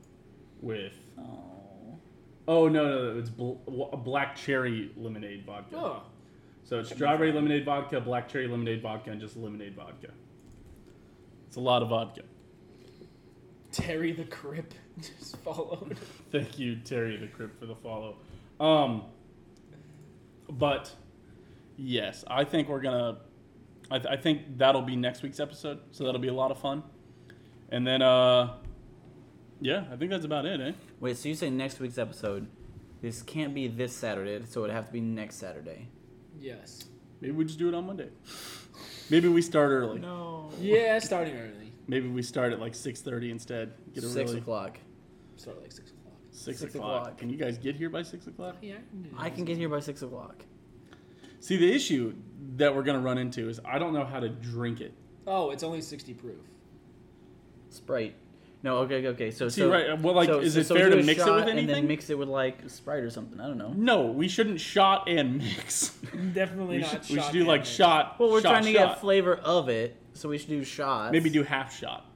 S1: with.
S3: Oh.
S1: Oh no, no, no it's bl- wa- black cherry lemonade vodka.
S2: Oh,
S1: So it's strawberry lemonade vodka, black cherry lemonade vodka, and just lemonade vodka. It's a lot of vodka.
S2: Terry the Crip just followed.
S1: Thank you, Terry the Crip, for the follow. Um, but yes, I think we're gonna. I, th- I think that'll be next week's episode, so that'll be a lot of fun. And then, uh, yeah, I think that's about it, eh?
S3: Wait, so you say next week's episode? This can't be this Saturday, so it'd have to be next Saturday.
S2: Yes.
S1: Maybe we just do it on Monday. Maybe we start early.
S5: No.
S2: Yeah, starting early.
S1: Maybe we start at like six thirty instead. Get a
S3: Six
S1: really
S3: o'clock.
S2: Start like six o'clock.
S1: six,
S3: Six
S1: o'clock.
S3: o'clock.
S1: Can you guys get here by six o'clock?
S2: Yeah,
S3: I can get here by six o'clock.
S1: See, the issue that we're gonna run into is I don't know how to drink it.
S2: Oh, it's only sixty proof.
S3: Sprite. No, okay, okay. So,
S1: See,
S3: so
S1: right? Well, like,
S3: so-
S1: is
S3: so-
S1: it
S3: so
S1: fair
S3: do
S1: to
S3: a
S1: mix it
S3: shot
S1: with anything?
S3: And then mix it with like Sprite or something. I don't know.
S1: No, we shouldn't shot and mix.
S2: Definitely
S1: We
S2: not.
S1: should, we
S2: shot
S1: should do like
S2: damage.
S1: shot.
S3: Well, we're
S1: shot,
S3: trying to
S1: shot.
S3: get flavor of it, so we should do shots.
S1: Maybe do half shot,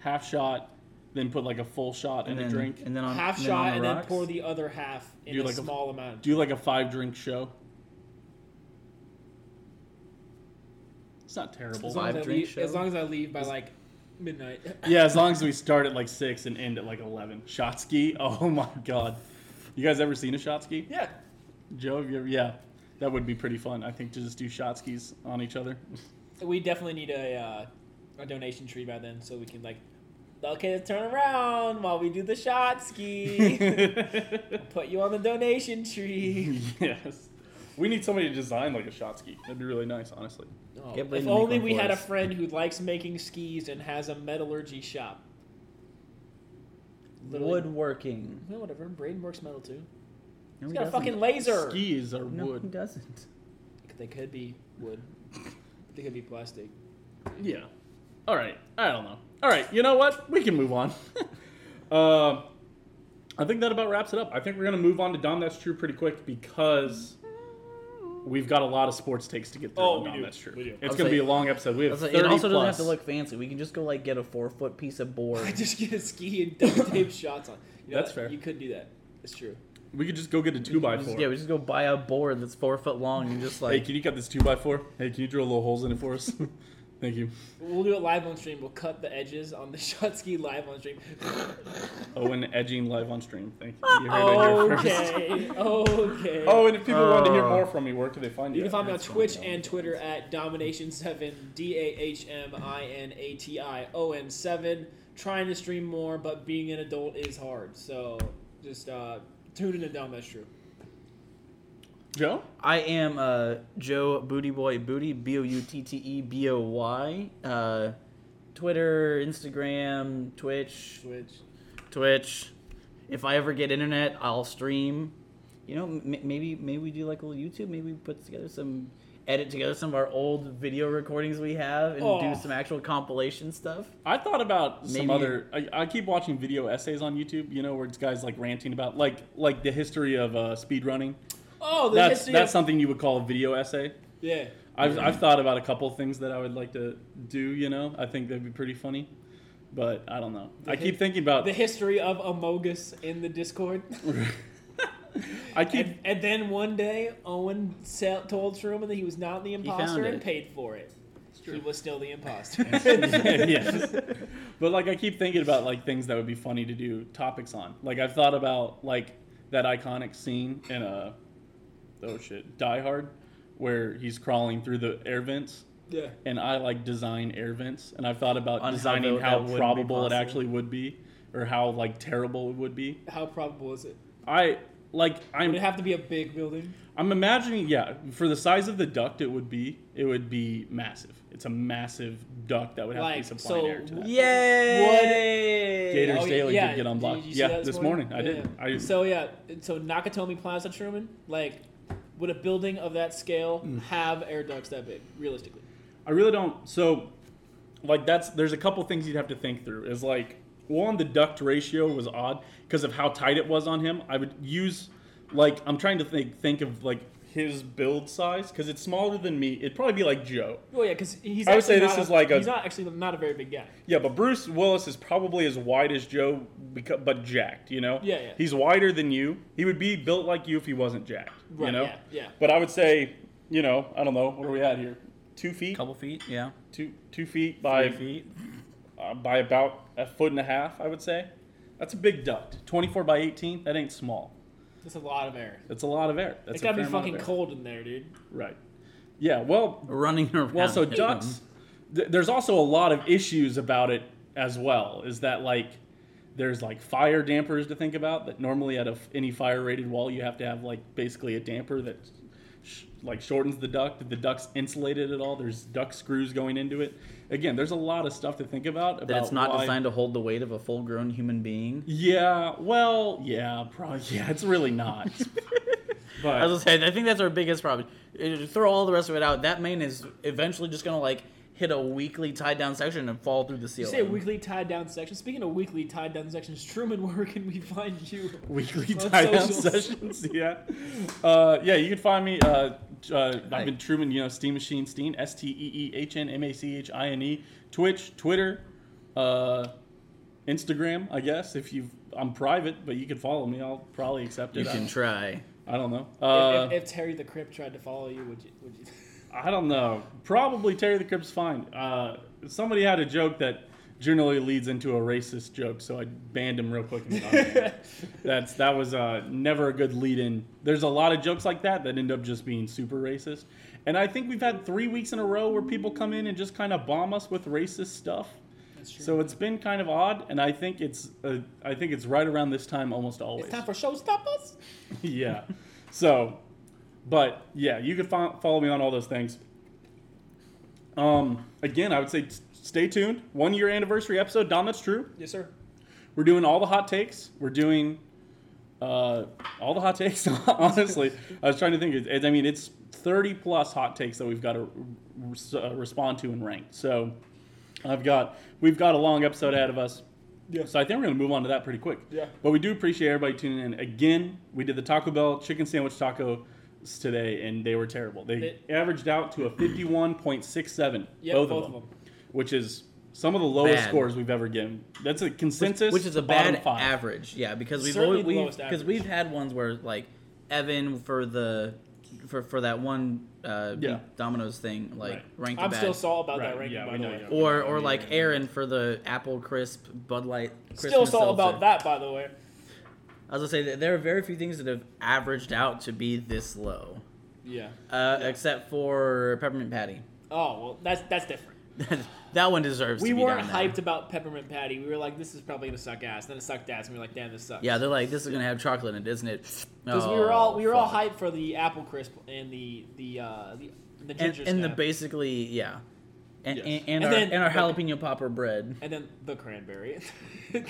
S1: half shot, then put like a full shot
S3: and
S1: in
S3: then
S1: a drink.
S3: and then on
S2: half
S3: and
S2: shot
S3: then on
S2: and
S3: the
S2: then
S3: rocks?
S2: pour the other half in
S1: Do
S2: a
S1: like a-
S2: small amount.
S1: do like a five drink show. It's not terrible.
S2: as long as,
S3: Five
S2: I
S3: drink
S2: leave,
S3: show?
S2: as long as I leave by like midnight.
S1: yeah, as long as we start at like six and end at like eleven. Shot ski. Oh my god. You guys ever seen a shot ski?
S2: yeah.
S1: Joe, have you ever? Yeah, that would be pretty fun. I think to just do shot skis on each other.
S2: We definitely need a uh, a donation tree by then, so we can like, okay, let's turn around while we do the shot ski. Put you on the donation tree.
S1: yes. We need somebody to design like a shot ski. That'd be really nice, honestly.
S2: Oh,
S3: Get Blaine
S2: if
S3: to make
S2: only
S3: one
S2: we
S3: for
S2: had a
S3: us.
S2: friend who likes making skis and has a metallurgy shop. Literally-
S3: woodworking.
S2: Well, whatever. Braden works metal too. He's
S3: No, he
S2: got a
S3: doesn't.
S2: fucking laser.
S1: Skis are
S3: No, he
S1: wood.
S3: doesn't.
S2: They could be wood. They could be plastic.
S1: Yeah. All right. I don't know. All right. You know what? We can move on. uh, I think that about wraps it up. I think we're gonna move on to Dom. That's true. Pretty quick because we've got a lot of sports takes to get through.
S5: Oh,
S1: on
S5: we
S1: Dom,
S5: do.
S1: That's true.
S5: We do.
S1: It's
S3: I'll
S1: gonna be
S3: say-
S1: a long episode. We have
S3: Also,
S1: thirty
S3: it also doesn't
S1: plus.
S3: have to look fancy. We can just go like get a four foot piece of
S2: I
S3: board.
S2: just get a ski and duct tape shots on. You know,
S1: That's
S2: what?
S1: fair.
S2: You could do that. It's true.
S1: We could just go get a two by
S3: We
S1: four.
S3: just- yeah, we just go buy a board that's four foot long and just
S1: hey,
S3: like
S1: can you cut this two by four? Hey, can you drill little holes in it for us? Thank you.
S2: We'll do it live on stream. We'll cut the edges on the shot ski live on stream.
S1: Owen Oh, edging live on stream. Thank you. You heard it here first.
S2: Oh, okay. Okay.
S1: Oh, and if people want to hear
S3: Uh,
S1: more from me, where can they find you?
S2: you can find me on
S1: That's
S2: Twitch
S1: fine.
S2: and Twitter at Domination7, D A H M I N A T I O N 7. Trying to stream more, but being an adult is hard. So just uh, tune in to Dom. That's true.
S1: Joe?
S3: I am uh, Joe Booty Boy Booty B O U T T E B O Y. Uh, Twitter, Instagram, Twitch,
S2: Twitch.
S3: Twitch. If I ever get internet, I'll stream. You know, m- maybe maybe we do like a little YouTube. Maybe we put together some, edit together some of our old video recordings we have, and
S2: Oh.
S3: do some actual compilation stuff.
S1: I thought about some
S3: Maybe-
S1: other. I, I keep watching video essays on YouTube, you know, where it's guys like ranting about, like, like the history of uh, speedrunning.
S2: Oh, the
S1: That's
S2: history
S1: that's
S2: of-
S1: something you would call a video essay.
S2: Yeah.
S1: I've, I've thought about a couple things that I would like to do. You know, I think that'd be pretty funny, but I don't know. I keep thinking about.
S2: The history of Amogus in the Discord.
S1: I keep
S2: And, and then one day, Owen sell, told Truman that he was not the imposter
S3: found
S2: and
S3: it.
S2: paid for it. He was still the imposter.
S1: yes. But like I keep thinking about like things that would be funny to do topics on. Like I've thought about like that iconic scene in uh oh shit, Die Hard where he's crawling through the air vents
S2: yeah.
S1: and I like design air vents and I've thought about
S3: On how
S1: designing
S3: tho-
S1: how,
S3: that would be
S1: probable it
S3: possible.
S1: actually would be or how like terrible it would be.
S2: How probable is it?
S1: I like I'm
S2: Would it have to be a big building?
S1: I'm imagining yeah for the size of the duct it would be it would be massive. It's a massive duct that would have to be
S2: Like,
S1: supplying
S2: so
S1: air to that.
S3: Yay!
S1: Gators
S2: Oh,
S1: Daily
S2: yeah,
S1: did get
S2: did
S1: unblocked.
S2: you see
S1: yeah,
S2: that
S1: this morning, I
S2: Yeah.
S1: did. I
S2: so yeah, so Nakatomi Plaza, Truman. Like, would a building of that scale
S1: Mm.
S2: have air ducts that big? Realistically,
S1: I really don't. So, like, that's there's a couple things you'd have to think through. Is like one, the duct ratio was odd because of how tight it was on him. I would use like I'm trying to think think of like his build size because it's smaller than me. It'd probably be like Joe.
S2: well, yeah, because he's.
S1: I would say
S2: actually
S1: this
S2: not
S1: is like a-
S2: He's not actually not a very big guy.
S1: Yeah, but Bruce Willis is probably as wide as Joe, becau- but jacked. You know.
S2: Yeah, yeah.
S1: He's wider than you. He would be built like you if he wasn't jacked.
S2: Right,
S1: you know.
S2: yeah, yeah.
S1: But I would say, you know, I don't know. What are we at here? Two feet.
S3: Couple feet, yeah.
S1: Two two feet by
S3: Three feet.
S1: uh, by about a foot and a half, I would say. That's a big duct. 24 by 18, that ain't small.
S2: That's a lot of air.
S1: That's a lot of air. That's
S2: it's gotta
S1: a
S2: be
S1: fair amount of
S2: fucking
S1: air.
S2: cold in there, dude.
S1: Right. Yeah, well,
S3: Running around.
S1: well, so
S3: in them.
S1: ducts, th- there's also a lot of issues about it as well. Is that like, there's like fire dampers to think about that normally at a, f- any fire rated wall, you have to have like basically a damper that sh- like shortens the duct. If the duct's insulated at all, there's duct screws going into it. Again, there's a lot of stuff to think about. about
S3: That it's not
S1: why-
S3: designed to hold the weight of a full grown human being.
S1: Yeah, well, yeah, probably. Yeah, it's really not.
S3: I
S1: but
S3: was gonna say, I think that's our biggest problem. Uh, Throw all the rest of it out. That main is eventually just gonna like hit a weakly tied down section and fall through the
S2: You
S3: ceiling.
S2: say weekly tied down section. Speaking of weekly tied down sections, Truman, where can we find you?
S1: weekly
S2: On
S1: tie down
S2: socials.
S1: sessions. Yeah, uh, yeah. You can find me. Uh, uh,
S3: Hi.
S1: I've been Truman. You know, Steam Machine Steen. S T E E H N M A C H I N E. Twitch, Twitter, uh, Instagram. I guess if you, I'm private, but you can follow me. I'll probably accept it.
S3: you
S1: I
S3: can
S1: don't-
S3: try.
S1: I don't know. Uh,
S2: if, if, if Terry the Crypt tried to follow you, would you? Would you?
S1: I don't know. Probably Terry the Crip's fine. Uh, somebody had a joke that generally leads into a racist joke, so I banned him real quick. And got him. That's that was uh, never a good lead-in. There's a lot of jokes like that that end up just being super racist, and I think we've had three weeks in a row where people come in and just kind of bomb us with racist stuff.
S2: That's true.
S1: So it's been kind of odd, and I think it's uh, I think it's right around this time almost always
S2: it's time for showstoppers.
S1: yeah. So, but yeah, you can fo- follow me on all those things. Um, again, I would say s- stay tuned. One year anniversary episode. Dom, that's true.
S2: Yes, sir.
S1: We're doing all the hot takes. We're doing uh, all the hot takes. honestly, I was trying to think. It, I mean, it's thirty plus hot takes that we've got to res- uh, respond to and rank. So, I've got we've got a long episode ahead of us.
S2: Yeah.
S1: So I think we're gonna move on to that pretty quick.
S2: Yeah.
S1: But we do appreciate everybody tuning in. Again, we did the Taco Bell chicken sandwich taco today, and they were terrible. They
S2: It-
S1: averaged out to a fifty-one point six seven.
S2: Yeah,
S1: both,
S2: both
S1: of, them,
S2: of them.
S1: which is some of the lowest
S3: Bad.
S1: scores we've ever given. That's a consensus,
S3: Which is a
S1: bottom
S3: bad
S1: five.
S3: average, yeah, because we've
S2: Certainly
S3: always
S2: the
S3: we've,
S2: lowest
S3: because
S2: average.
S3: we've had ones where like Evan for the for for that one uh,
S1: Yeah.
S3: beat Domino's thing like
S1: Right.
S3: ranked
S2: I'm
S3: bad.
S2: still sore about
S1: Right,
S2: that ranking,
S1: yeah,
S2: by
S1: we
S2: the
S1: know
S2: way.
S1: you are.
S3: or or like Aaron for the apple crisp Bud Light.
S2: Still
S3: Christmas
S2: sore about
S3: seltzer.
S2: that, by the way.
S3: I was gonna say that there are very few things that have averaged out to be this low,
S2: Yeah.
S3: uh, except for peppermint patty.
S2: Oh well, that's that's different.
S3: that one deserves.
S2: We
S3: to be
S2: weren't
S3: down there.
S2: hyped about peppermint patty. We were like, this is probably gonna suck ass. Then it sucked ass, and we were like, damn, this sucks.
S3: Yeah, they're like, this is gonna have chocolate in it, isn't it?
S2: because we were all we were all
S3: fuck.
S2: hyped for the apple crisp and the the uh, the, the
S3: and,
S2: ginger
S3: and the
S2: snap.
S3: basically yeah, and
S1: Yes.
S3: and, and
S2: And
S3: our
S2: then-
S3: and our jalapeno popper bread.
S2: and then the cranberry.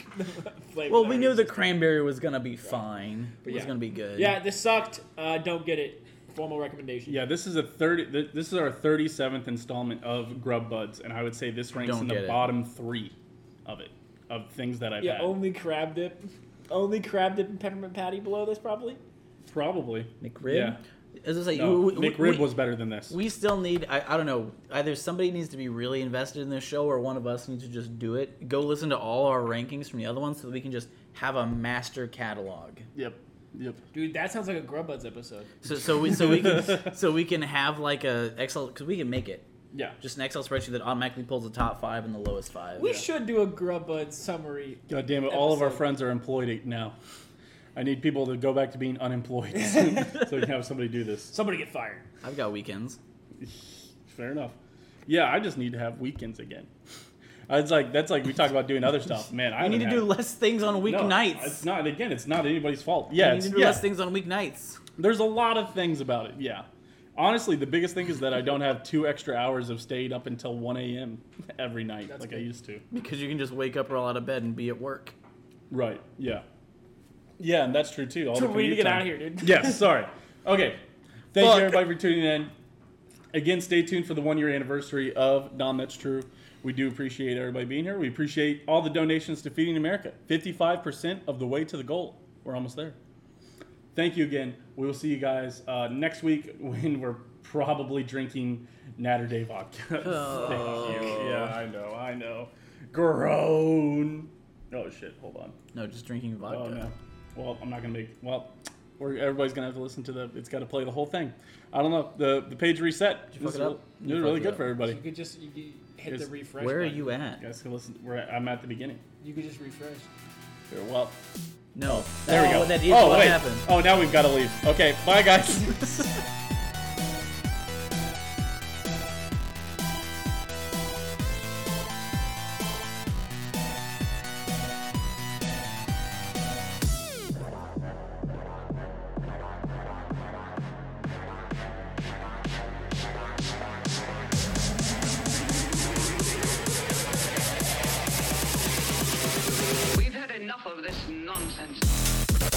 S2: Flavor
S3: Well,
S2: that
S3: we
S2: was-
S3: knew the cranberry was gonna be fine. It was
S2: Yeah.
S3: gonna be good.
S2: Yeah, this sucked. Uh, don't get it. Formal recommendation.
S1: Yeah, this is a thirty. th- This is our thirty-seventh installment of Grub Buds, and I would say this ranks
S3: Don't
S1: in
S3: get
S1: the
S3: it.
S1: bottom three of it of things that I've
S2: Yeah,
S1: had.
S2: only crab dip. Only crab dip and peppermint patty below this, probably.
S1: Probably.
S3: McRib.
S1: Yeah.
S3: As I say,
S1: No,
S3: we, we-
S1: McRib
S3: we-
S1: was better than this.
S3: We still need. I, I don't know. Either somebody needs to be really invested in this show, or one of us needs to just do it. Go listen to all our rankings from the other ones, so that we can just have a master catalog.
S1: yep. Yep.
S2: Dude, that sounds like a Grubbuds episode.
S3: So so we so we can so we can have like a Excel because we can make it
S1: Yeah.
S3: just an Excel spreadsheet that automatically pulls the top five and the lowest five.
S2: We should do a Grubbuds summary.
S1: God damn it! All of our
S2: Episode.
S1: friends are employed now. I need people to go back to being unemployed, so we can have somebody do this.
S2: Somebody get fired.
S3: I've got weekends.
S1: Fair enough. Yeah, I just need to have weekends again. I was like, that's like we talk about doing other stuff. Man, I
S3: We need to
S1: haven't
S3: do
S1: had-
S3: less things on
S1: No,
S3: weeknights.
S1: It's not again. It's not anybody's fault.
S3: We
S1: Yeah,
S3: need
S1: it's-
S3: to do
S1: yeah.
S3: less things on weeknights.
S1: There's a lot of things about it. Yeah. Honestly, the biggest thing is that I don't have two extra hours of stayed up until 1 a.m. every night
S2: That's
S1: like I
S2: good.
S1: used to.
S3: Because you can just wake up, roll out of bed, and be at work.
S1: Right. Yeah. Yeah, and that's true too. All
S5: So
S1: the
S5: we need to
S1: commute
S5: get
S1: time.
S5: out of here, dude.
S1: Yes. Sorry. Okay. Thank
S3: Fuck.
S1: you everybody for tuning in. Again, stay tuned for the one year anniversary of Dom That's True. We do appreciate everybody being here. We appreciate all the donations to Feeding America. 55% of the way to the goal. We're almost there. Thank you again. We will see you guys uh, next week when we're probably drinking Natter Day vodka. Thank you. Yeah, I know. I know. Groan. Oh, shit. Hold on.
S3: No, just drinking vodka.
S1: Oh no. Well, I'm not gonna make. Well, we're, everybody's gonna have to listen to the. It's got to play the whole thing. I don't know. The the page reset.
S3: you fuck
S1: This
S3: it up?
S1: will-
S3: You
S1: this is
S3: fucked
S1: really
S3: it
S1: good
S3: up.
S1: for
S2: You
S1: everybody.
S2: could just you could hit the
S1: Is-
S2: refresh.
S3: Where are
S2: button.
S3: you at?
S1: You guys can listen. We're, at- I'm at the beginning.
S2: You could just refresh.
S1: Here, well,
S3: No.
S1: there we
S3: Oh,
S1: go.
S3: That is
S1: oh
S3: what
S1: wait.
S3: happened.
S1: Oh, now we've got to leave. Okay, bye guys.
S6: We've had enough of this nonsense.